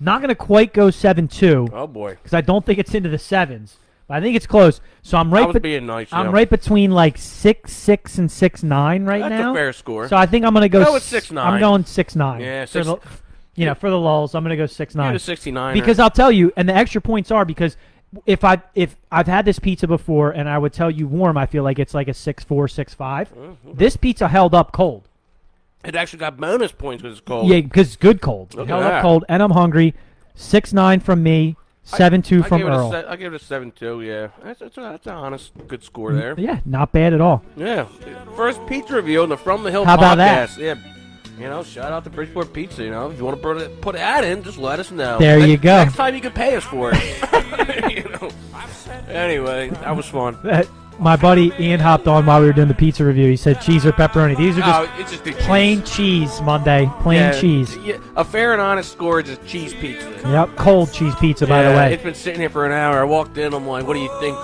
Speaker 2: Not going to quite go 7-2
Speaker 1: Oh, boy.
Speaker 2: cuz I don't think it's into the 7s, but I think it's close. So I'm
Speaker 1: I
Speaker 2: right
Speaker 1: was
Speaker 2: bet-
Speaker 1: being nice.
Speaker 2: I'm
Speaker 1: yeah.
Speaker 2: right between like 6 6 and 6 9 right
Speaker 1: That's
Speaker 2: now.
Speaker 1: a fair score.
Speaker 2: So I think I'm gonna go.
Speaker 1: Go with
Speaker 2: s-
Speaker 1: 6'9".
Speaker 2: I'm going six nine.
Speaker 1: Yeah,
Speaker 2: For
Speaker 1: six-
Speaker 2: the, you know, for the lulls, I'm gonna go six
Speaker 1: You're
Speaker 2: nine.
Speaker 1: the 69.
Speaker 2: Because I'll tell you, and the extra points are because if I if I've had this pizza before, and I would tell you warm, I feel like it's like a six four six five.
Speaker 1: Mm,
Speaker 2: This pizza held up cold.
Speaker 1: it actually got bonus points because it's cold.
Speaker 2: Yeah, because good cold.
Speaker 1: Look
Speaker 2: It
Speaker 1: at
Speaker 2: held
Speaker 1: that.
Speaker 2: up cold, and I'm hungry. Six nine from me. Seven two
Speaker 1: I
Speaker 2: from
Speaker 1: gave it a
Speaker 2: Earl.
Speaker 1: se- I gave it a 7 2, yeah. That's, that's, a, that's an honest, good score there.
Speaker 2: Yeah, not bad at all.
Speaker 1: Yeah. First pizza review on the From the Hill
Speaker 2: Mm-hmm. How
Speaker 1: podcast.
Speaker 2: about that?
Speaker 1: Yeah. You know, shout out to Bridgeport Pizza. You know, if you want to put it, put an ad in, just let us know.
Speaker 2: There
Speaker 1: Ne-
Speaker 2: you go.
Speaker 1: Next time you can pay us for it. you know. Anyway, that was fun.
Speaker 2: My buddy Ian hopped on while we were doing the pizza review. He said cheese or pepperoni. These are just
Speaker 1: oh, it's just the
Speaker 2: plain cheese Monday. Plain
Speaker 1: Yeah,
Speaker 2: cheese.
Speaker 1: yeah, a fair and honest score is just cheese pizza.
Speaker 2: Yep, cold cheese pizza, by the
Speaker 1: Yeah,
Speaker 2: way.
Speaker 1: it's been sitting here for an hour. I walked in. I'm like, what do you think?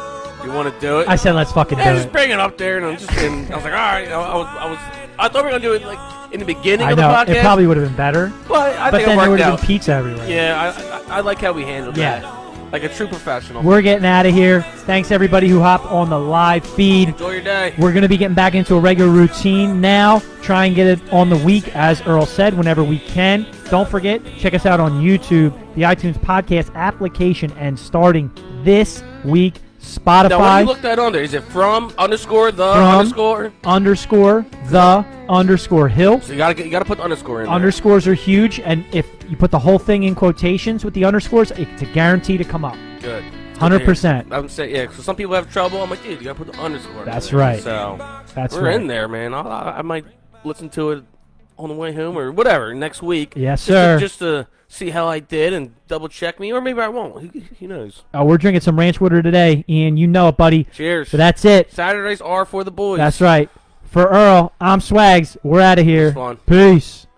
Speaker 1: You want to do it?
Speaker 2: I said, let's fucking do
Speaker 1: yeah, just
Speaker 2: it.
Speaker 1: bring it up there, and I'm just. And I was like, all right. I, I was. I was. I thought we were gonna do it like in the beginning
Speaker 2: I
Speaker 1: of the
Speaker 2: know
Speaker 1: podcast.
Speaker 2: it probably would have been better,
Speaker 1: but I
Speaker 2: but
Speaker 1: think
Speaker 2: then
Speaker 1: it
Speaker 2: there would
Speaker 1: worked
Speaker 2: have
Speaker 1: out.
Speaker 2: been pizza everywhere.
Speaker 1: yeah, I, I, I like how we handled
Speaker 2: Yeah.
Speaker 1: that. Like a true professional.
Speaker 2: We're getting out of here. Thanks everybody who hopped on the live feed.
Speaker 1: Enjoy your day.
Speaker 2: We're going to be getting back into a regular routine now. Try and get it on the week, as Earl said, whenever we can. Don't forget, check us out on YouTube, the iTunes podcast application, and starting this week, Spotify.
Speaker 1: Now, when you look that on there, is it from underscore the
Speaker 2: From
Speaker 1: underscore?
Speaker 2: underscore the underscore hill.
Speaker 3: So you gotta get, you gotta put the underscore in. there.
Speaker 2: Underscores are huge, and if you put the whole thing in quotations with the underscores, it's a guarantee to come up.
Speaker 3: Good. It's good to
Speaker 2: 100%.
Speaker 3: hear. I'm saying yeah. So some people have trouble. I'm like, dude, you gotta put the underscore. in
Speaker 2: That's
Speaker 3: there.
Speaker 2: right.
Speaker 3: So
Speaker 2: That's
Speaker 3: we're
Speaker 2: right.
Speaker 3: in there, man. I'll, I I might listen to it on the way home or whatever next week.
Speaker 2: Yes,
Speaker 3: just to-
Speaker 2: sir.
Speaker 3: just to see how I did and double check me, or maybe I won't. Who, who knows?
Speaker 2: Uh, we're drinking some ranch water today, and you know it, buddy.
Speaker 3: Cheers.
Speaker 2: So that's it.
Speaker 3: Saturdays are for the boys.
Speaker 2: That's right. For Earl, I'm Swags. We're out of here.
Speaker 3: Fun.
Speaker 2: Peace.